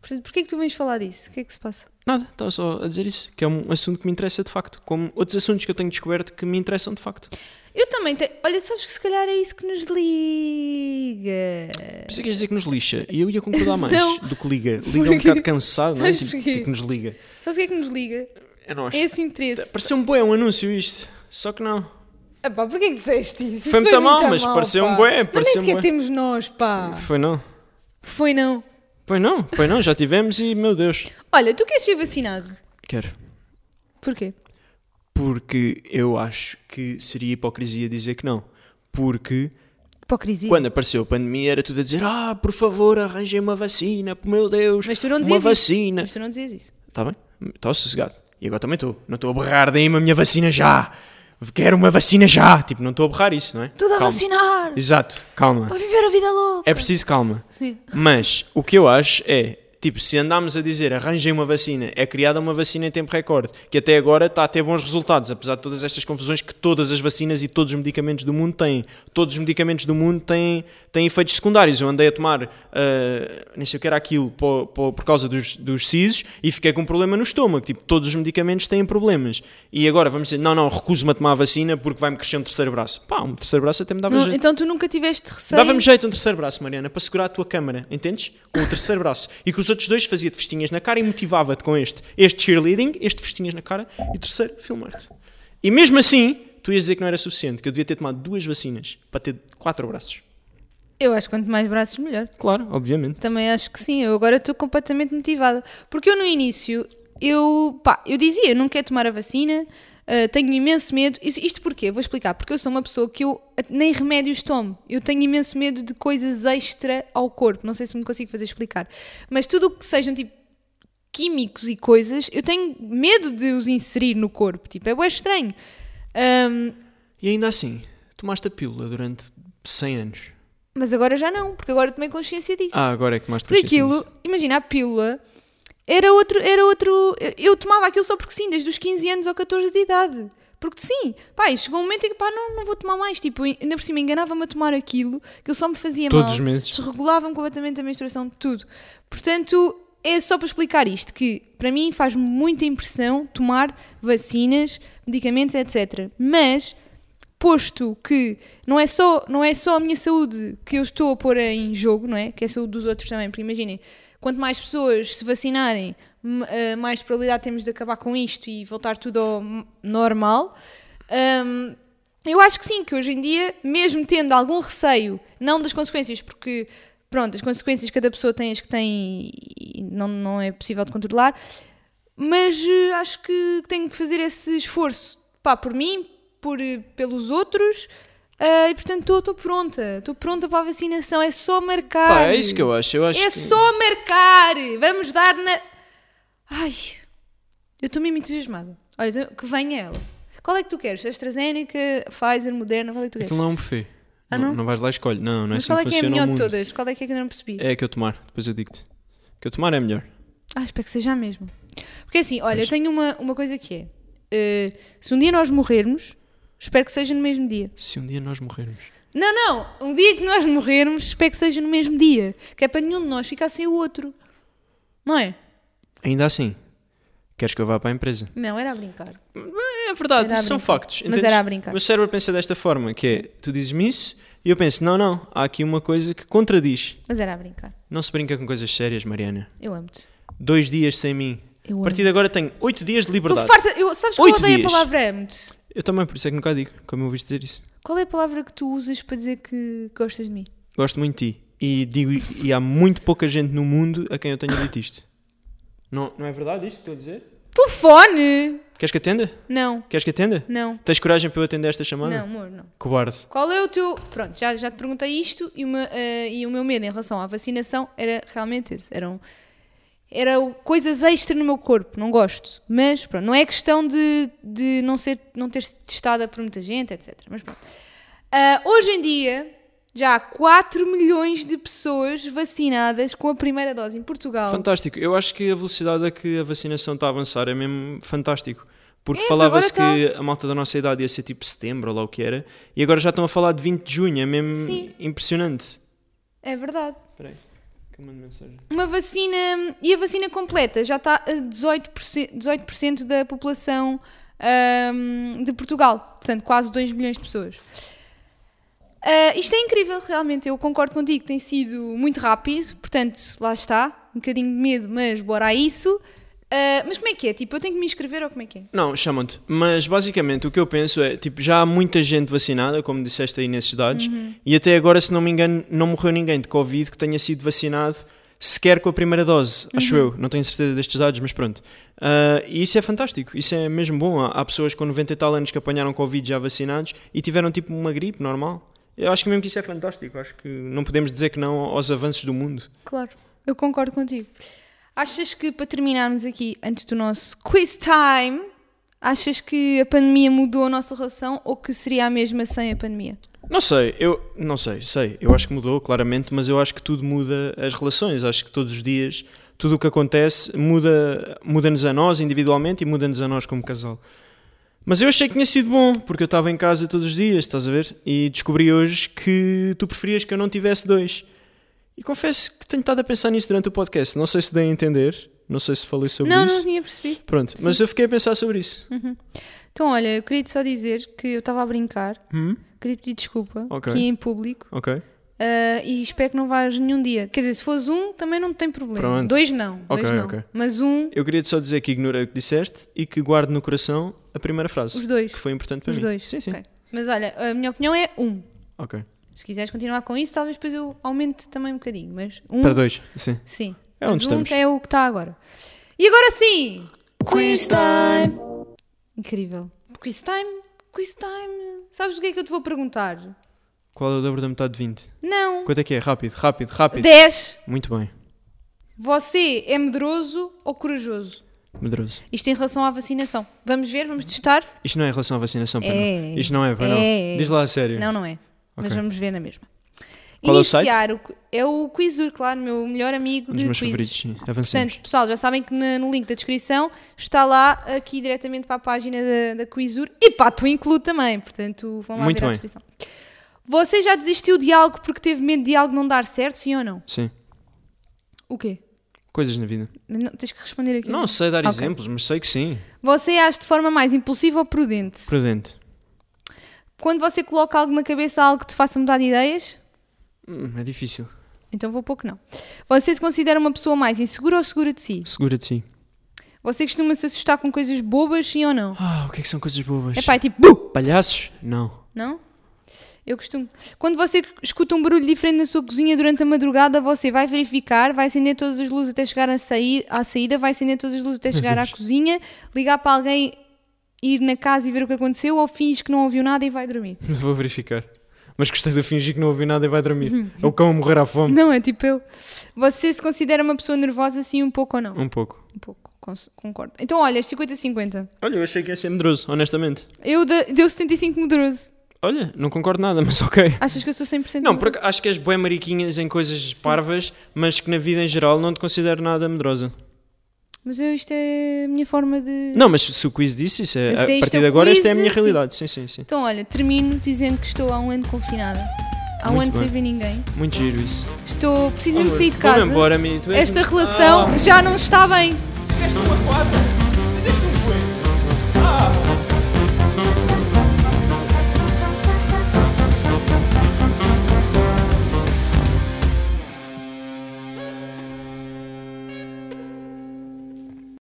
[SPEAKER 3] Portanto, porquê é que tu vens falar disso? O que é que se passa?
[SPEAKER 1] Nada, estava só a dizer isso. Que é um assunto que me interessa de facto. Como outros assuntos que eu tenho descoberto que me interessam de facto.
[SPEAKER 3] Eu também tenho. Olha, sabes que se calhar é isso que nos liga.
[SPEAKER 1] Pensei é que ias dizer que nos lixa. E eu ia concordar mais
[SPEAKER 3] Não.
[SPEAKER 1] do que liga. Liga é um
[SPEAKER 3] Porquê?
[SPEAKER 1] bocado cansado, não é?
[SPEAKER 3] Sabes
[SPEAKER 1] Tipo,
[SPEAKER 3] porquê?
[SPEAKER 1] que nos liga.
[SPEAKER 3] Sabes o que é que nos liga?
[SPEAKER 1] É nós.
[SPEAKER 3] É esse interesse.
[SPEAKER 1] Pareceu um bué um anúncio isto. Só que não.
[SPEAKER 3] Ah, pá, porquê que disseste isso? Isso
[SPEAKER 1] Foi muito a é- mal,
[SPEAKER 3] a
[SPEAKER 1] mas
[SPEAKER 3] mal,
[SPEAKER 1] pareceu
[SPEAKER 3] pá.
[SPEAKER 1] um bué,
[SPEAKER 3] Mas nem
[SPEAKER 1] pareceu um
[SPEAKER 3] sequer
[SPEAKER 1] bué.
[SPEAKER 3] temos nós, pá.
[SPEAKER 1] Foi não.
[SPEAKER 3] Foi não.
[SPEAKER 1] Pois não, pois não, já tivemos e meu Deus.
[SPEAKER 3] Olha, tu queres ser vacinado?
[SPEAKER 1] Quero.
[SPEAKER 3] Porquê?
[SPEAKER 1] Porque eu acho que seria hipocrisia dizer que não. Porque
[SPEAKER 3] Hipocrisia.
[SPEAKER 1] quando apareceu a pandemia era tudo a dizer: ah, por favor, arranjem uma vacina, pô, meu Deus,
[SPEAKER 3] Mas tu não
[SPEAKER 1] uma
[SPEAKER 3] dizias
[SPEAKER 1] vacina.
[SPEAKER 3] Mas tu não dizias isso.
[SPEAKER 1] Está bem? Está sossegado. E agora também estou. Não estou a berrar, deem-me a minha vacina já. Quero uma vacina já. Tipo, não estou a berrar isso, não é?
[SPEAKER 2] Tudo a
[SPEAKER 1] Calma.
[SPEAKER 2] vacinar!
[SPEAKER 1] Exato, calma.
[SPEAKER 2] Para viver a vida louca!
[SPEAKER 1] É preciso calma.
[SPEAKER 3] Sim.
[SPEAKER 1] Mas o que eu acho é, tipo, se andarmos a dizer arranjem uma vacina, é criada uma vacina em tempo recorde, que até agora está a ter bons resultados, apesar de todas estas confusões que todas as vacinas e todos os medicamentos do mundo têm. Todos os medicamentos do mundo têm, têm efeitos secundários. Eu andei a tomar, ah, nem sei o que era aquilo, po- po- por causa dos, dos CISs e fiquei com um problema no estômago. Tipo, todos os medicamentos têm problemas. E agora vamos dizer, não, não, recuso-me a tomar a vacina porque vai-me crescer um terceiro braço. Pá, um terceiro braço até me dava
[SPEAKER 3] Não,
[SPEAKER 1] jeito.
[SPEAKER 3] então tu nunca tiveste receio.
[SPEAKER 1] Dava-me jeito um terceiro braço, Mariana, para segurar a tua câmara, entendes? Com o terceiro braço. E que os outros dois fazia-te festinhas na cara e motivava-te com este. Este cheerleading, este festinhas na cara e o terceiro filmar-te. E mesmo assim, tu ias dizer que não era suficiente, que eu devia ter tomado duas vacinas para ter quatro braços.
[SPEAKER 3] Eu acho que quanto mais braços, melhor.
[SPEAKER 1] Claro, obviamente.
[SPEAKER 3] Também acho que sim. Eu agora estou completamente motivada. Porque eu no início, eu, pá, eu dizia, eu não quero tomar a vacina, ah, tenho imenso medo. Isso- isto porquê? Vou explicar. Porque eu sou uma pessoa que eu ah, nem remédios tomo. Eu tenho imenso medo de coisas extra ao corpo. Não sei se me consigo fazer explicar. Mas tudo o que sejam tipo químicos e coisas, eu tenho medo de os inserir no corpo. Tipo, é bué estranho. Ahm,
[SPEAKER 1] E ainda assim, tomaste a pílula durante 100 anos.
[SPEAKER 3] mas agora já não, porque agora eu tomei consciência disso.
[SPEAKER 1] Ah, agora é que tomaste
[SPEAKER 3] Porque aquilo, imagina, a pílula era outro, era outro. eu- Eu tomava aquilo só porque sim, desde os 15 anos ou 14 de idade. Porque sim, pá, e chegou um momento em que pá, não, não vou tomar mais. Tipo, ainda por cima enganava-me a tomar aquilo, que só me fazia
[SPEAKER 1] Todos
[SPEAKER 3] mal.
[SPEAKER 1] os meses.
[SPEAKER 3] Desregulava-me completamente a menstruação, tudo. Portanto, é só para explicar isto, que para mim faz muita impressão tomar vacinas, medicamentos, etc. Mas posto que não é só, não é só a minha saúde que eu estou a pôr em jogo, não é? Que é a saúde dos outros também, porque imaginem, quanto mais pessoas se vacinarem, m- eh, mais probabilidade temos de acabar com isto e voltar tudo ao m- normal. Ahm, eu acho que sim, que hoje em dia, mesmo tendo algum receio, não das consequências, porque pronto, as consequências cada pessoa tem as que tem e e não, não é possível de controlar, mas eh, acho que tenho que fazer esse esforço pá, por mim, por, eh, pelos outros, eh, e portanto estou pronta, estou pronta para a vacinação, é só marcar.
[SPEAKER 1] Pá, é isso que eu acho. Eu acho
[SPEAKER 3] É
[SPEAKER 1] que...
[SPEAKER 3] só marcar! Vamos dar na. Ai, eu estou mesmo entusiasmada. Olha, então, que venha ela. Qual é que tu queres? AstraZeneca, Pfizer, Moderna, qual é que tu queres?
[SPEAKER 1] Aquilo não é um buffet.
[SPEAKER 3] Ah,
[SPEAKER 1] não?
[SPEAKER 3] não?
[SPEAKER 1] não vais lá e escolhe. Não, não é
[SPEAKER 3] Mas
[SPEAKER 1] assim
[SPEAKER 3] qual
[SPEAKER 1] que
[SPEAKER 3] é que é a
[SPEAKER 1] funciona o
[SPEAKER 3] melhor de
[SPEAKER 1] mundo.
[SPEAKER 3] todas? Qual é que é que eu não percebi?
[SPEAKER 1] É a que eu tomar, depois eu digo-te. Que eu tomar é a melhor.
[SPEAKER 3] Ah, espero que seja a mesma. Porque assim, olha, eu tenho uma, uma coisa que é: eh, se um dia nós morrermos, espero que seja no mesmo dia.
[SPEAKER 1] Se um dia nós morrermos.
[SPEAKER 3] Não, não, um dia que nós morrermos, espero que seja no mesmo dia. Que é para nenhum de nós ficar sem o outro. Não é?
[SPEAKER 1] Ainda assim, queres que eu vá para a empresa?
[SPEAKER 3] Não, era a brincar.
[SPEAKER 1] É verdade,
[SPEAKER 3] Era a
[SPEAKER 1] isso são
[SPEAKER 3] brincar.
[SPEAKER 1] factos.
[SPEAKER 3] Mas
[SPEAKER 1] entendes?
[SPEAKER 3] era a brincar.
[SPEAKER 1] O meu cérebro pensa desta forma, que é, tu dizes-me isso e eu penso, não, não, há aqui uma coisa que contradiz.
[SPEAKER 3] Mas era a brincar.
[SPEAKER 1] Não se brinca com coisas sérias, Mariana.
[SPEAKER 3] Eu amo-te.
[SPEAKER 1] Dois dias sem mim.
[SPEAKER 3] Eu
[SPEAKER 1] a partir
[SPEAKER 3] amo-te.
[SPEAKER 1] de agora tenho oito dias de
[SPEAKER 3] Estou
[SPEAKER 1] liberdade.
[SPEAKER 3] farta. Eu, sabes que eu
[SPEAKER 1] Oito
[SPEAKER 3] odeio
[SPEAKER 1] dias.
[SPEAKER 3] a palavra amo-te?
[SPEAKER 1] Eu também, por isso é que nunca digo, como eu ouviste dizer isso.
[SPEAKER 3] Qual é a palavra que tu usas para dizer que gostas de mim?
[SPEAKER 1] Gosto muito de ti. E, digo, e há muito pouca gente no mundo a quem eu tenho dito isto. Não, não é verdade isto que estou a dizer?
[SPEAKER 3] Telefone!
[SPEAKER 1] Queres que atenda?
[SPEAKER 3] Não,
[SPEAKER 1] Queres que atenda?
[SPEAKER 3] não,
[SPEAKER 1] Tens coragem para eu atender esta chamada?
[SPEAKER 3] não, amor, não.
[SPEAKER 1] Cobarde.
[SPEAKER 3] Qual é o teu. Pronto, já, já te perguntei isto e, uma, eh, e o meu medo em relação à vacinação era realmente esse. Eram, eram coisas extra no meu corpo, não gosto. Mas pronto, não é questão de, de não, ser, não ter sido testada por muita gente, etc. Mas pronto. Ah, hoje em dia, já há 4 milhões de pessoas vacinadas com a primeira dose em Portugal.
[SPEAKER 1] Fantástico. Eu acho que a velocidade a que a vacinação está a avançar é mesmo fantástico. Porque
[SPEAKER 3] É,
[SPEAKER 1] falava-se
[SPEAKER 3] agora
[SPEAKER 1] que a malta da nossa idade ia ser tipo setembro ou lá o que era, e agora já estão a falar de 20 de junho, é mesmo
[SPEAKER 3] Sim.
[SPEAKER 1] impressionante.
[SPEAKER 3] É verdade.
[SPEAKER 1] Espera aí, que eu mando mensagem.
[SPEAKER 3] Uma vacina. E a vacina completa já está a 18%, 18% da população ahm, de Portugal. Portanto, quase 2 milhões de pessoas. Ah, isto é incrível, realmente. Eu concordo contigo, tem sido muito rápido. Portanto, lá está. Um bocadinho de medo, mas bora a isso. Ah, mas como é que é? Tipo, eu tenho que me inscrever ou como é que é?
[SPEAKER 1] Não, chamam-te. Mas basicamente o que eu penso é, tipo, já há muita gente vacinada, como disseste aí nesses dados, e até agora, se não me engano, não morreu ninguém de Covid que tenha sido vacinado, sequer com a primeira dose, acho eu, não tenho certeza destes dados, mas pronto. Ah, e isso é fantástico, isso é mesmo bom. Há, há pessoas com 90 e tal anos que apanharam Covid já vacinados e tiveram tipo uma gripe normal. Eu acho que mesmo que isso é fantástico, acho que não podemos dizer que não aos avanços do mundo.
[SPEAKER 3] Claro, eu concordo contigo. Achas que para terminarmos aqui, antes do nosso quiz time, achas que a pandemia mudou a nossa relação ou que seria a mesma sem a pandemia?
[SPEAKER 1] Não sei, eu não sei, sei. Eu acho que mudou, claramente, mas eu acho que tudo muda as relações. Acho que todos os dias tudo o que acontece muda, muda-nos a nós individualmente e muda-nos a nós como casal. Mas eu achei que tinha sido bom, porque eu estava em casa todos os dias, estás a ver? E descobri hoje que tu preferias que eu não tivesse dois. E confesso que tenho estado a pensar nisso durante o podcast. Não sei se dei a entender, não sei se falei sobre
[SPEAKER 3] não,
[SPEAKER 1] isso.
[SPEAKER 3] não tinha percebido.
[SPEAKER 1] Pronto, mas eu fiquei a pensar sobre isso.
[SPEAKER 3] Então, olha, eu queria só dizer que eu estava a brincar,
[SPEAKER 1] Hum?
[SPEAKER 3] queria pedir desculpa
[SPEAKER 1] Ok.
[SPEAKER 3] aqui em público
[SPEAKER 1] Ok.
[SPEAKER 3] ah, e espero que não vás nenhum dia. Quer dizer, se fores um, também não tem problema.
[SPEAKER 1] Pronto.
[SPEAKER 3] Dois não, dois
[SPEAKER 1] Ok,
[SPEAKER 3] não.
[SPEAKER 1] ok.
[SPEAKER 3] Mas um,
[SPEAKER 1] Eu queria só dizer que ignorei o que disseste e que guardo no coração a primeira frase.
[SPEAKER 3] Os dois.
[SPEAKER 1] Que foi importante para
[SPEAKER 3] os
[SPEAKER 1] mim.
[SPEAKER 3] dois.
[SPEAKER 1] Sim, sim.
[SPEAKER 3] Ok. Mas olha, a minha opinião é um.
[SPEAKER 1] Ok.
[SPEAKER 3] Se quiseres continuar com isso, talvez depois eu aumente também um bocadinho. Mas um,
[SPEAKER 1] Para dois. Sim.
[SPEAKER 3] sim.
[SPEAKER 1] É onde
[SPEAKER 3] Mas um
[SPEAKER 1] estamos.
[SPEAKER 3] é o que está agora. E agora sim!
[SPEAKER 2] Quiz time.
[SPEAKER 3] Incrível. Quiz time, quiz time. Sabes o que é que eu te vou perguntar?
[SPEAKER 1] Qual é o dobro da metade de 20?
[SPEAKER 3] Não.
[SPEAKER 1] Quanto é que é? Rápido, rápido, rápido.
[SPEAKER 3] 10.
[SPEAKER 1] Muito bem.
[SPEAKER 3] Você é medroso ou corajoso?
[SPEAKER 1] Medroso.
[SPEAKER 3] Isto em relação à vacinação. Vamos ver, vamos testar?
[SPEAKER 1] Isto não é em relação à vacinação, para
[SPEAKER 3] É.
[SPEAKER 1] não. Isto não é, para
[SPEAKER 3] É.
[SPEAKER 1] não. Diz lá a sério.
[SPEAKER 3] Não, não é. Mas
[SPEAKER 1] Ok.
[SPEAKER 3] vamos ver na mesma.
[SPEAKER 1] Qual é o site?
[SPEAKER 3] Iniciar o cu- é o Quizur, claro, meu melhor amigo
[SPEAKER 1] Um
[SPEAKER 3] de
[SPEAKER 1] dos meus
[SPEAKER 3] quizzes.
[SPEAKER 1] favoritos, sim. Avancemos.
[SPEAKER 3] Portanto, pessoal, já sabem que na- no link da descrição está lá aqui diretamente para a página da, da Quizur e para a Twinclu também. Portanto, vão lá
[SPEAKER 1] Muito
[SPEAKER 3] ver a
[SPEAKER 1] bem.
[SPEAKER 3] descrição. Você já desistiu de algo porque teve medo de algo não dar certo, sim ou não?
[SPEAKER 1] Sim.
[SPEAKER 3] O quê?
[SPEAKER 1] Coisas na vida.
[SPEAKER 3] Mas não- tens que responder aqui.
[SPEAKER 1] Não sei dar
[SPEAKER 3] Ok.
[SPEAKER 1] exemplos, mas sei que sim.
[SPEAKER 3] Você age de forma mais impulsiva ou prudente?
[SPEAKER 1] Prudente.
[SPEAKER 3] Quando você coloca algo na cabeça, algo que te faça mudar de ideias?
[SPEAKER 1] Hum, é difícil.
[SPEAKER 3] Então vou pouco não. Você se considera uma pessoa mais insegura ou segura de si?
[SPEAKER 1] Segura de si.
[SPEAKER 3] Você costuma se assustar com coisas bobas, sim ou não?
[SPEAKER 1] Ah, o que é que são coisas bobas?
[SPEAKER 3] É pá, é tipo... "Bu!"
[SPEAKER 1] Palhaços? Não.
[SPEAKER 3] Não? Eu costumo. Quando você escuta um barulho diferente na sua cozinha durante a madrugada, você vai verificar, vai acender todas as luzes até chegar a sair, à saída, vai acender todas as luzes até chegar à
[SPEAKER 1] Deus.
[SPEAKER 3] cozinha, ligar para alguém, ir na casa e ver o que aconteceu, ou finge que não ouviu nada e vai dormir.
[SPEAKER 1] Vou verificar. Mas gostei de fingir que não ouvi nada e vai dormir.
[SPEAKER 3] Uhum.
[SPEAKER 1] É o cão a morrer à fome.
[SPEAKER 3] Não, é tipo eu. Você se considera uma pessoa nervosa assim um pouco ou não?
[SPEAKER 1] Um pouco.
[SPEAKER 3] Um pouco, cons- concordo. Então, olha, 50-50.
[SPEAKER 1] Olha, eu achei que ia ser medroso, honestamente.
[SPEAKER 3] Eu da- deu 75 medroso.
[SPEAKER 1] Olha, não concordo nada, mas ok.
[SPEAKER 3] Achas que eu sou 100%
[SPEAKER 1] Não,
[SPEAKER 3] medrosa?
[SPEAKER 1] por acaso, acho que és bué mariquinhas em coisas parvas, mas que na vida em geral não te considero nada medrosa.
[SPEAKER 3] Mas eu, isto é a minha forma de.
[SPEAKER 1] Não, mas se o quiz disse isso, é,
[SPEAKER 3] Mas se
[SPEAKER 1] a
[SPEAKER 3] isto
[SPEAKER 1] partir
[SPEAKER 3] é um
[SPEAKER 1] de agora esta é a
[SPEAKER 3] quiz,
[SPEAKER 1] minha
[SPEAKER 3] sim.
[SPEAKER 1] realidade. Sim, sim, sim.
[SPEAKER 3] Então, olha, termino dizendo que estou há um ano confinada. Há um
[SPEAKER 1] Muito
[SPEAKER 3] ano sem
[SPEAKER 1] bem.
[SPEAKER 3] ver ninguém.
[SPEAKER 1] Muito giro isso.
[SPEAKER 3] Estou. Preciso mesmo
[SPEAKER 1] Amor,
[SPEAKER 3] sair de
[SPEAKER 1] vou-me
[SPEAKER 3] casa.
[SPEAKER 1] embora, Mi, tu és-
[SPEAKER 3] Esta relação já não está bem.
[SPEAKER 1] Fizeste uma quadra! Fizeste uma